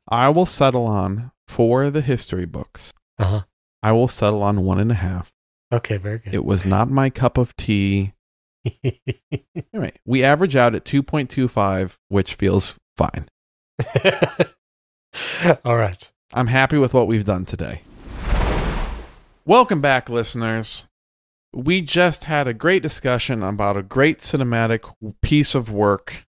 A: I will settle on for the history books.
B: Uh huh.
A: I will settle on one and a half.
B: Okay, very good.
A: It was not my cup of tea. All right. We average out at 2.25, which feels fine.
B: all right.
A: I'm happy with what we've done today. Welcome back, listeners. We just had a great discussion about a great cinematic piece of work.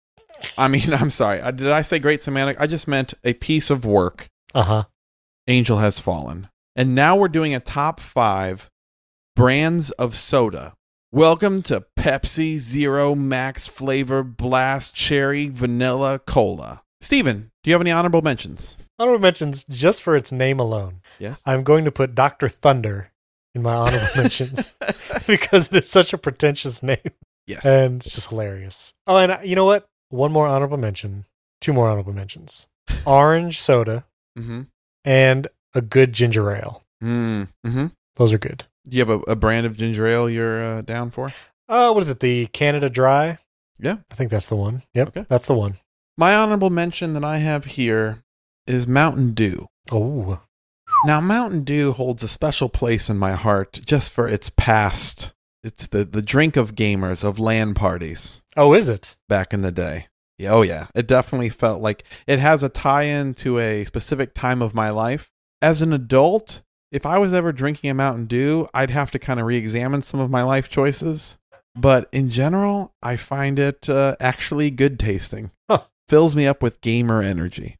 A: I mean, I'm sorry. I- Did I say great cinematic? I just meant a piece of work
B: Uh huh.
A: Angel Has Fallen. And now we're doing a top five brands of soda. Welcome to Pepsi Zero Max Flavor Blast Cherry Vanilla Cola. Steven, do you have any honorable mentions?
B: Honorable mentions just for its name alone.
A: Yes.
B: I'm going to put Doctor Thunder in my honorable mentions because it is such a pretentious name.
A: Yes.
B: and it's just hilarious. Oh, and uh, you know what? One more honorable mention, two more honorable mentions. orange soda,
A: Mm-hmm.
B: and a good ginger ale.
A: Mm-hmm.
B: Those are good.
A: Do you have a, a brand of ginger ale you're uh, down for?
B: Uh, what is it? The Canada Dry.
A: Yeah.
B: I think that's the one. Yep,
A: Okay.
B: that's the one.
A: My honorable mention that I have here is Mountain Dew.
B: Oh,
A: Now, Mountain Dew holds a special place in my heart just for its past. It's the, the drink of gamers, of LAN parties
B: oh, is it?
A: back in the day. Yeah, oh, yeah. It definitely felt like it has a tie in to a specific time of my life. As an adult, if I was ever drinking a Mountain Dew, I'd have to kind of re examine some of my life choices. But in general, I find it uh, actually good tasting.
B: Huh.
A: Fills me up with gamer energy.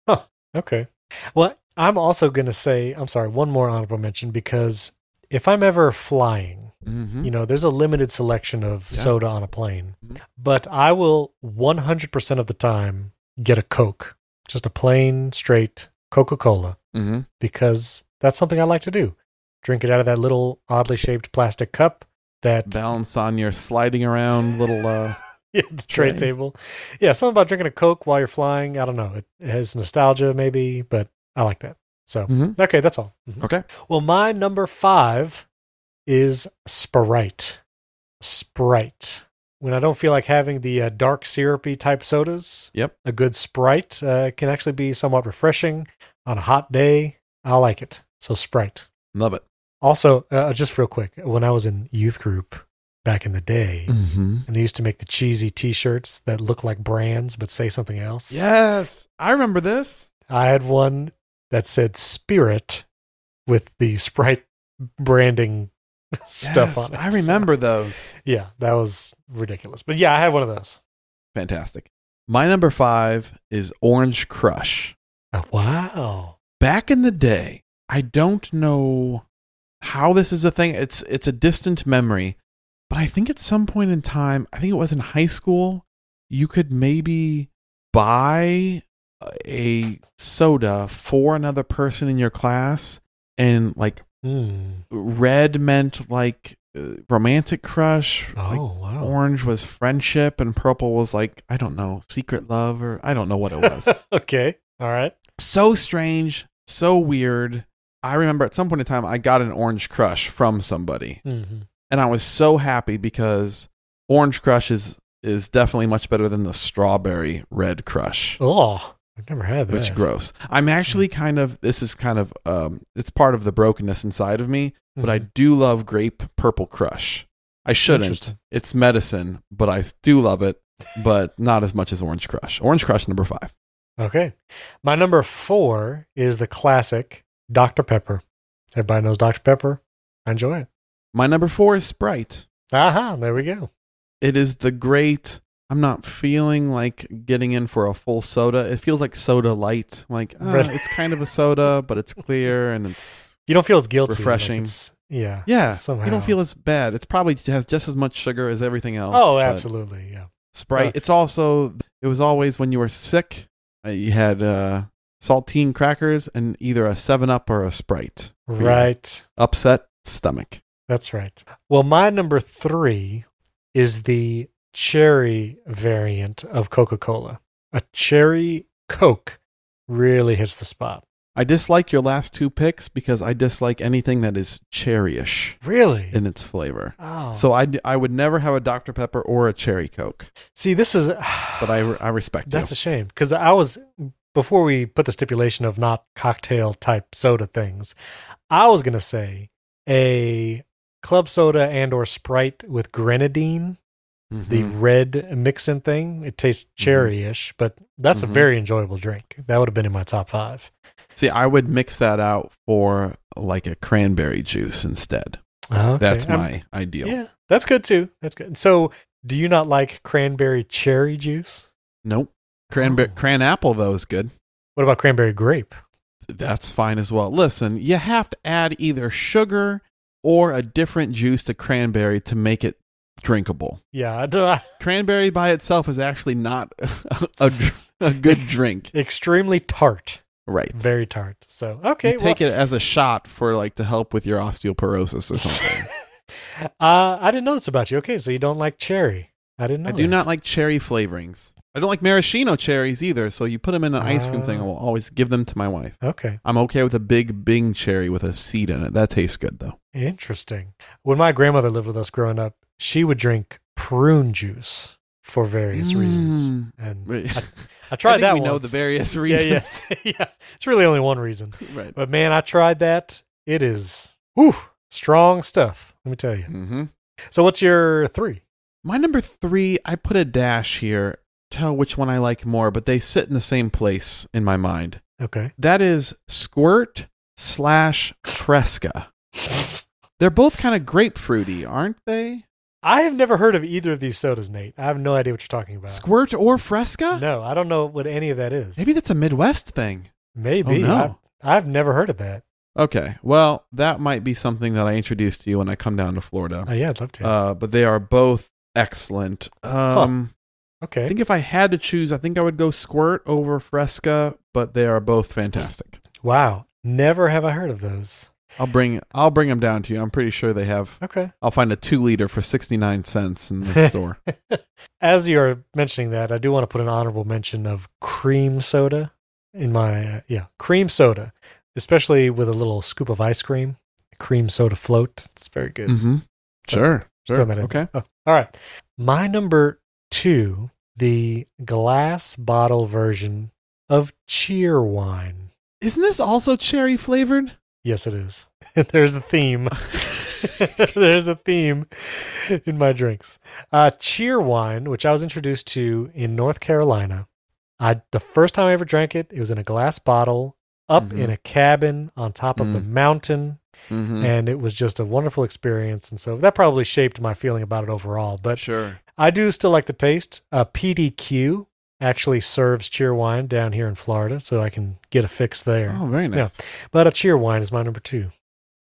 B: Okay. Well, I'm also gonna say I'm sorry. One more honorable mention because if I'm ever flying,
A: Mm-hmm.
B: you know, there's a limited selection of
A: Yeah.
B: soda on a plane,
A: Mhm.
B: but I will 100% of the time get a Coke, just a plain, straight Coca Cola,
A: Mm-hmm.
B: because that's something I like to do. Drink it out of that little oddly shaped plastic cup that
A: Balance on your sliding around little. Uh,
B: yeah, the tray
A: Tray.
B: table. Yeah, something about drinking a Coke while you're flying. I don't know. It, it has nostalgia, maybe, but I like that. So,
A: Mhm.
B: okay, that's all. Mhm.
A: Okay.
B: Well, my number five is Sprite. Sprite. When I don't feel like having the uh, dark syrupy type sodas,
A: Yep.
B: a good Sprite uh, can actually be somewhat refreshing on a hot day. I like it. So, Sprite.
A: Love it.
B: Also, uh, just real quick, when I was in youth group back in the day,
A: Mm-hmm.
B: and they used to make the cheesy T-shirts that look like brands but say something else.
A: Yes. I remember this.
B: I had one that said Spirit with the Sprite branding stuff
A: Yes,
B: on it.
A: I remember those.
B: So, yeah, that was ridiculous. But yeah, I had one of those.
A: Fantastic. My number five is Orange Crush.
B: Oh, wow.
A: Back in the day, I don't know how this is a thing. It's it's a distant memory, but I think at some point in time, I think it was in high school, you could maybe buy a soda for another person in your class and like
B: Hmm.
A: red meant like uh, romantic crush
B: Oh,
A: like,
B: wow.
A: orange was friendship and purple was like i don't know secret love or i don't know what it was
B: okay. All right.
A: so strange so weird i remember at some point in time i got an orange crush from somebody
B: Mm-hmm.
A: and i was so happy because orange crush is is definitely much better than the strawberry red crush
B: Oh, Hmm. I've never had that.
A: which gross i'm actually kind of this is kind of um it's part of the brokenness inside of me but I
B: Mhm.
A: do love grape purple crush. I shouldn't.
B: Interesting.
A: It's medicine, but I do love it, but not as much as orange crush. Orange crush number 5.
B: Okay. My number four is the classic Dr. Pepper. Everybody knows Dr. Pepper. I enjoy it.
A: My number 4 is Sprite.
B: Aha, there we go.
A: It is the great I'm not feeling like getting in for a full soda. It feels like soda light. Like uh,
B: Right.
A: it's kind of a soda, but it's clear and it's
B: You don't feel as guilty. like
A: Refreshing.
B: it's- yeah.
A: yeah.
B: Somehow.
A: You don't feel as bad. It's probably has just as much sugar as everything else.
B: Oh,
A: but-
B: absolutely. Yeah.
A: Sprite.
B: Nuts.
A: It's also it was always when you were sick, uh, you had uh, saltine crackers and either a Seven Up or a Sprite. for your
B: Right.
A: Upset stomach.
B: That's right. Well, my number three is the cherry variant of Coca Cola. A cherry Coke really hits the spot.
A: I dislike your last two picks because I dislike anything that is cherryish
B: Really?
A: in its flavor.
B: oh.
A: So I, d- I would never have a Dr Pepper or a cherry Coke,
B: see, this is.
A: but I re- I respect
B: That's a
A: you.
B: shame because I was before we put the stipulation of not cocktail type soda things. I was gonna say a club soda and or Sprite with grenadine, the
A: Mhm.
B: red mixin thing. It tastes
A: Mm-hmm.
B: cherry-ish, but that's
A: Mhm.
B: a very enjoyable drink. That would have been in my top five.
A: See, I would mix that out for like a cranberry juice instead.
B: Okay.
A: That's
B: I'm-
A: my ideal.
B: yeah, that's good too. That's good. So, do you not like cranberry cherry juice?
A: Nope. Cranberry
B: Oh.
A: cran apple though is good.
B: What about cranberry grape?
A: That's fine as well. Listen, you have to add either sugar or a different juice to cranberry to make it drinkable.
B: Yeah, I don't,
A: Cranberry by itself is actually not a, a good drink.
B: extremely tart,
A: Right.
B: very tart. So, okay,
A: you
B: well-
A: take it as a shot for like to help with your osteoporosis or something.
B: uh, I didn't know this about you. Okay, so you don't like cherry. I didn't know.
A: I do
B: that.
A: not like cherry flavorings. I don't like maraschino cherries either, so you put them in an ice cream
B: Ah.
A: thing, I will always give them to my wife.
B: Okay.
A: I'm okay with a big Bing cherry with a seed in it. That tastes good though.
B: Interesting. When my grandmother lived with us growing up, she would drink prune juice for various
A: Mm.
B: reasons. And I, I tried
A: I think
B: that
A: we know
B: once.
A: the various
B: Yeah,
A: reasons.
B: yes. yeah. It's really only one reason.
A: Right.
B: But man, I tried that. It is whew, strong stuff. Let me tell you.
A: Mm-hmm.
B: So what's your three?
A: My number three, I put a dash here. Tell which one I like more, but they sit in the same place in my mind.
B: Okay.
A: That is Squirt slash Fresca. They're both kind of grapefruity, aren't they?
B: I have never heard of either of these sodas, Nate. I have no idea what you're talking about.
A: Squirt or Fresca?
B: No, I don't know what any of that is.
A: Maybe that's a Midwest thing.
B: Maybe.
A: Oh, no.
B: I, I've never heard of that.
A: Okay. Well, that might be something that I introduce to you when I come down to Florida.
B: Oh, yeah, I'd love to.
A: Uh, but they are both excellent. Um,
B: okay.
A: I think if I had to choose, I think I would go Squirt over Fresca, but they are both fantastic.
B: wow. Never have I heard of those.
A: I'll bring I'll bring them down to you. I'm pretty sure they have.
B: Okay.
A: I'll find a two liter for sixty nine cents in the store.
B: As you're mentioning that, I do want to put an honorable mention of cream soda in my, uh, yeah, cream soda, especially with a little scoop of ice cream, cream soda float. It's very good.
A: Mm-hmm.
B: So,
A: Sure.
B: just
A: Sure.
B: throwing that in.
A: Okay.
B: Oh, all right. My number two, the glass bottle version of cheer wine.
A: Isn't this also cherry flavored?
B: Yes, it is. There's a theme. There's a theme in my drinks. Uh, cheer wine, which I was introduced to in North Carolina. I the first time I ever drank it, it was in a glass bottle up
A: Mhm.
B: in a cabin on top of the
A: Mm.
B: mountain,
A: Mhm.
B: and it was just a wonderful experience. And so that probably shaped my feeling about it overall. But
A: Sure.
B: I do still like the taste. Uh, PDQ actually serves cheer wine down here in Florida, so I can get a fix there.
A: Oh, very nice.
B: But a cheer wine is my number two.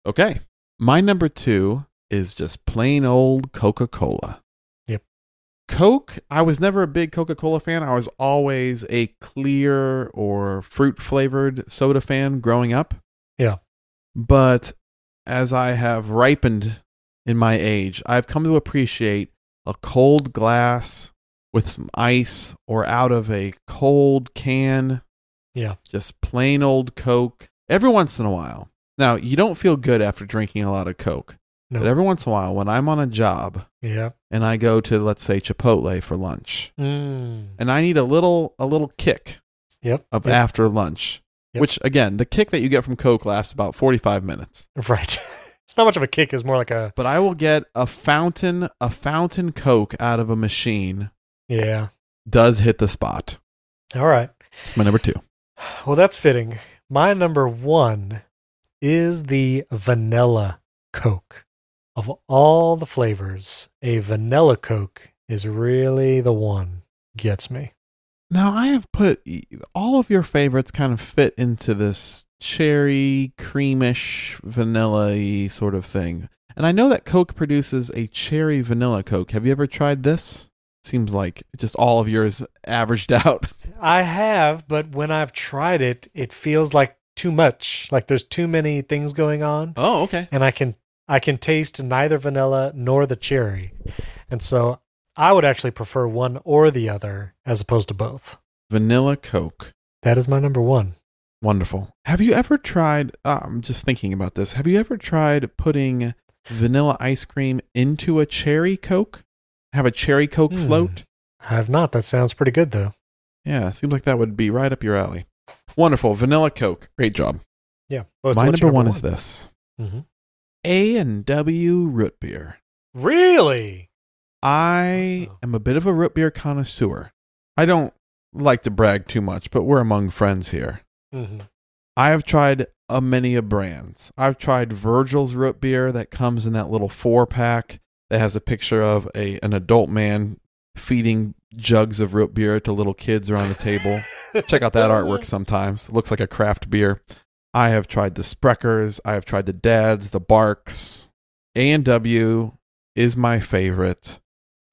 A: Okay. My number two is just plain old Coca Cola.
B: Yep.
A: Coke, I was never a big Coca Cola fan. I was always a clear or fruit flavored soda fan growing up.
B: Yeah.
A: But as I have ripened in my age, I've come to appreciate a cold glass with some ice or out of a cold can
B: Yeah.
A: just plain old Coke every once in a while. Now, you don't feel good after drinking a lot of Coke,
B: No.
A: but every once in a while, when I'm on a job
B: Yeah.
A: and I go to, let's say, Chipotle for lunch,
B: Mm.
A: and I need a little a little kick
B: Yep.
A: of
B: yep.
A: after lunch,
B: Yep.
A: which again, the kick that you get from Coke lasts about 45 minutes.
B: Right. it's not much of a kick. It's more like a
A: But I will get a fountain a fountain Coke out of a machine
B: yeah.
A: does hit the spot.
B: All right.
A: It's my number two.
B: Well, that's fitting. My number one is the vanilla Coke. Of all the flavors, a vanilla Coke is really the one gets me.
A: Now I have put all of your favorites kind of fit into this cherry, creamish, vanilla sort of thing. And I know that Coke produces a cherry vanilla Coke. Have you ever tried this? Seems like just all of yours averaged out.
B: I have, but when I've tried it, it feels like too much. Like there's too many things going on.
A: Oh, okay.
B: and I can I can taste neither vanilla nor the cherry. And so I would actually prefer one or the other as opposed to both.
A: Vanilla Coke.
B: That is my number one.
A: Wonderful. Have you ever tried? Uh, I'm just thinking about this. Have you ever tried putting vanilla ice cream into a cherry Coke? Have a cherry Coke
B: Hmm.
A: float?
B: I have not. That sounds pretty good though.
A: Yeah, seems like that would be right up your alley. Wonderful. Vanilla Coke. Great job.
B: Yeah. Oh, so
A: My
B: what's
A: number,
B: your
A: one, is this
B: Mhm.
A: A and W root beer.
B: Really?
A: I
B: Oh.
A: am a bit of a root beer connoisseur. I don't like to brag too much, but we're among friends here.
B: hmm
A: I have tried a many of brands. I've tried Virgil's root beer that comes in that little four pack that has a picture of a an adult man feeding jugs of root beer to little kids around the table. Check out that artwork sometimes. It looks like a craft beer. I have tried the Spreckers. I have tried the Dads, the Barks. A and W is my favorite.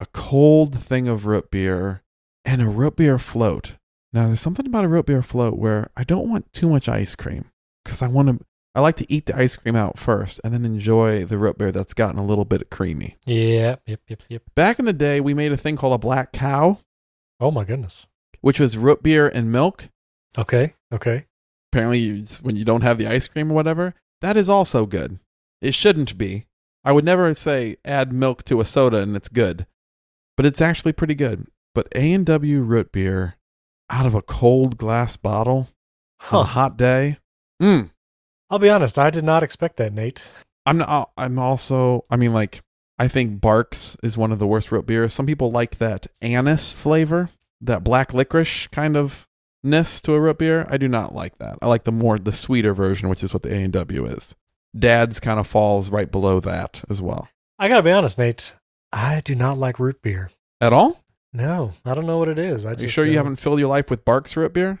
A: A cold thing of root beer and a root beer float. Now, there's something about a root beer float where I don't want too much ice cream because I want to. I like to eat the ice cream out first and then enjoy the root beer that's gotten a little bit creamy.
B: Yeah. Yep. Yep. Yep.
A: Back in the day, we made a thing called a black cow.
B: Oh my goodness.
A: which was root beer and milk.
B: Okay. Okay.
A: Apparently, you, when you don't have the ice cream or whatever, that is also good. It shouldn't be. I would never say add milk to a soda and it's good, but it's actually pretty good. But A and W root beer out of a cold glass bottle on
B: Huh.
A: a hot day. Mm.
B: I'll be honest. I did not expect that, Nate.
A: I'm not, I'm also I mean like I think Barks is one of the worst root beers. Some people like that anise flavor, that black licorice kind of ness to a root beer. I do not like that. I like the more the sweeter version, which is what the A and W is. Dad's kind of falls right below that as well.
B: I gotta be honest, Nate. I do not like root beer.
A: At all?
B: No, I don't know what it is. I
A: Are
B: just
A: you sure you
B: don't.
A: haven't filled your life with Barks root beer?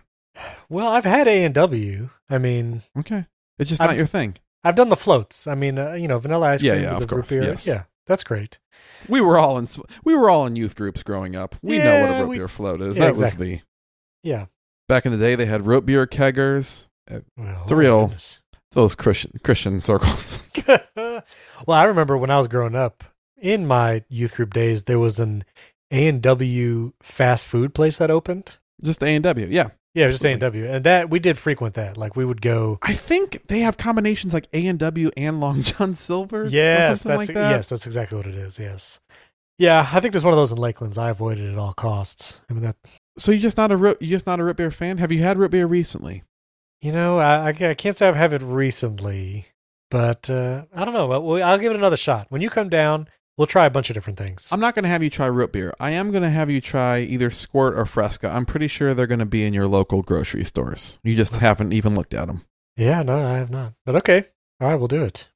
B: Well, I've had A and W. I mean,
A: Okay, it's just
B: I've-
A: not your thing.
B: I've done the floats. I mean, uh, you know, vanilla ice
A: Yeah,
B: cream.
A: yeah,
B: with
A: of
B: the root
A: course,
B: beer.
A: yes.
B: Yeah, that's great.
A: We were all in s- we were all in youth groups growing up. We know what
B: Yeah,
A: a root
B: we-
A: beer float is.
B: yeah,
A: that
B: exactly.
A: was the
B: Yeah.
A: back in the day. They had root beer keggers.
B: Well,
A: It's a real
B: goodness.
A: those Christian Christian circles.
B: well, I remember when I was growing up in my youth group days, there was an A and W fast food place that opened.
A: Just A and W. Yeah,
B: Yeah, it was just A and
A: Absolutely.
B: W, and that we did frequent that. Like we would go.
A: I think they have combinations like A and W and Long John Silver's. or
B: Yes,
A: something
B: that's
A: like that.
B: yes, that's exactly what it is. Yes, yeah, I think there's one of those in Lakelands. I avoided at all costs. I mean, that
A: So you're just not a root, you're just not a root beer fan. Have you had root beer recently?
B: you know, I, I ca- I can't say I've had it recently, but uh, I don't know. But we, I'll give it another shot. When you come down, we'll try a bunch of different things.
A: I'm not going to have you try root beer. I am going to have you try either Squirt or Fresca. I'm pretty sure they're going to be in your local grocery stores. You just haven't even looked at them.
B: Yeah, no, I have not. But okay, all right, we'll do it.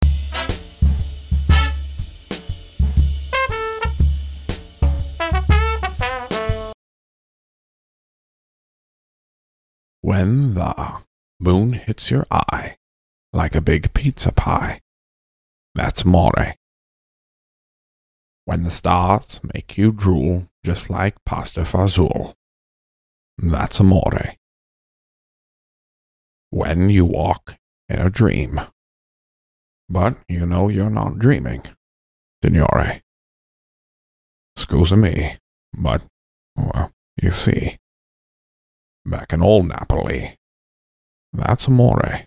A: When the moon hits your eye like a big pizza pie, that's more. When the stars make you drool just like pasta fazool, that's amore. When you walk in a dream, but you know you're not dreaming, signore. Excuse me, but, well, you see, back in old Napoli, that's amore.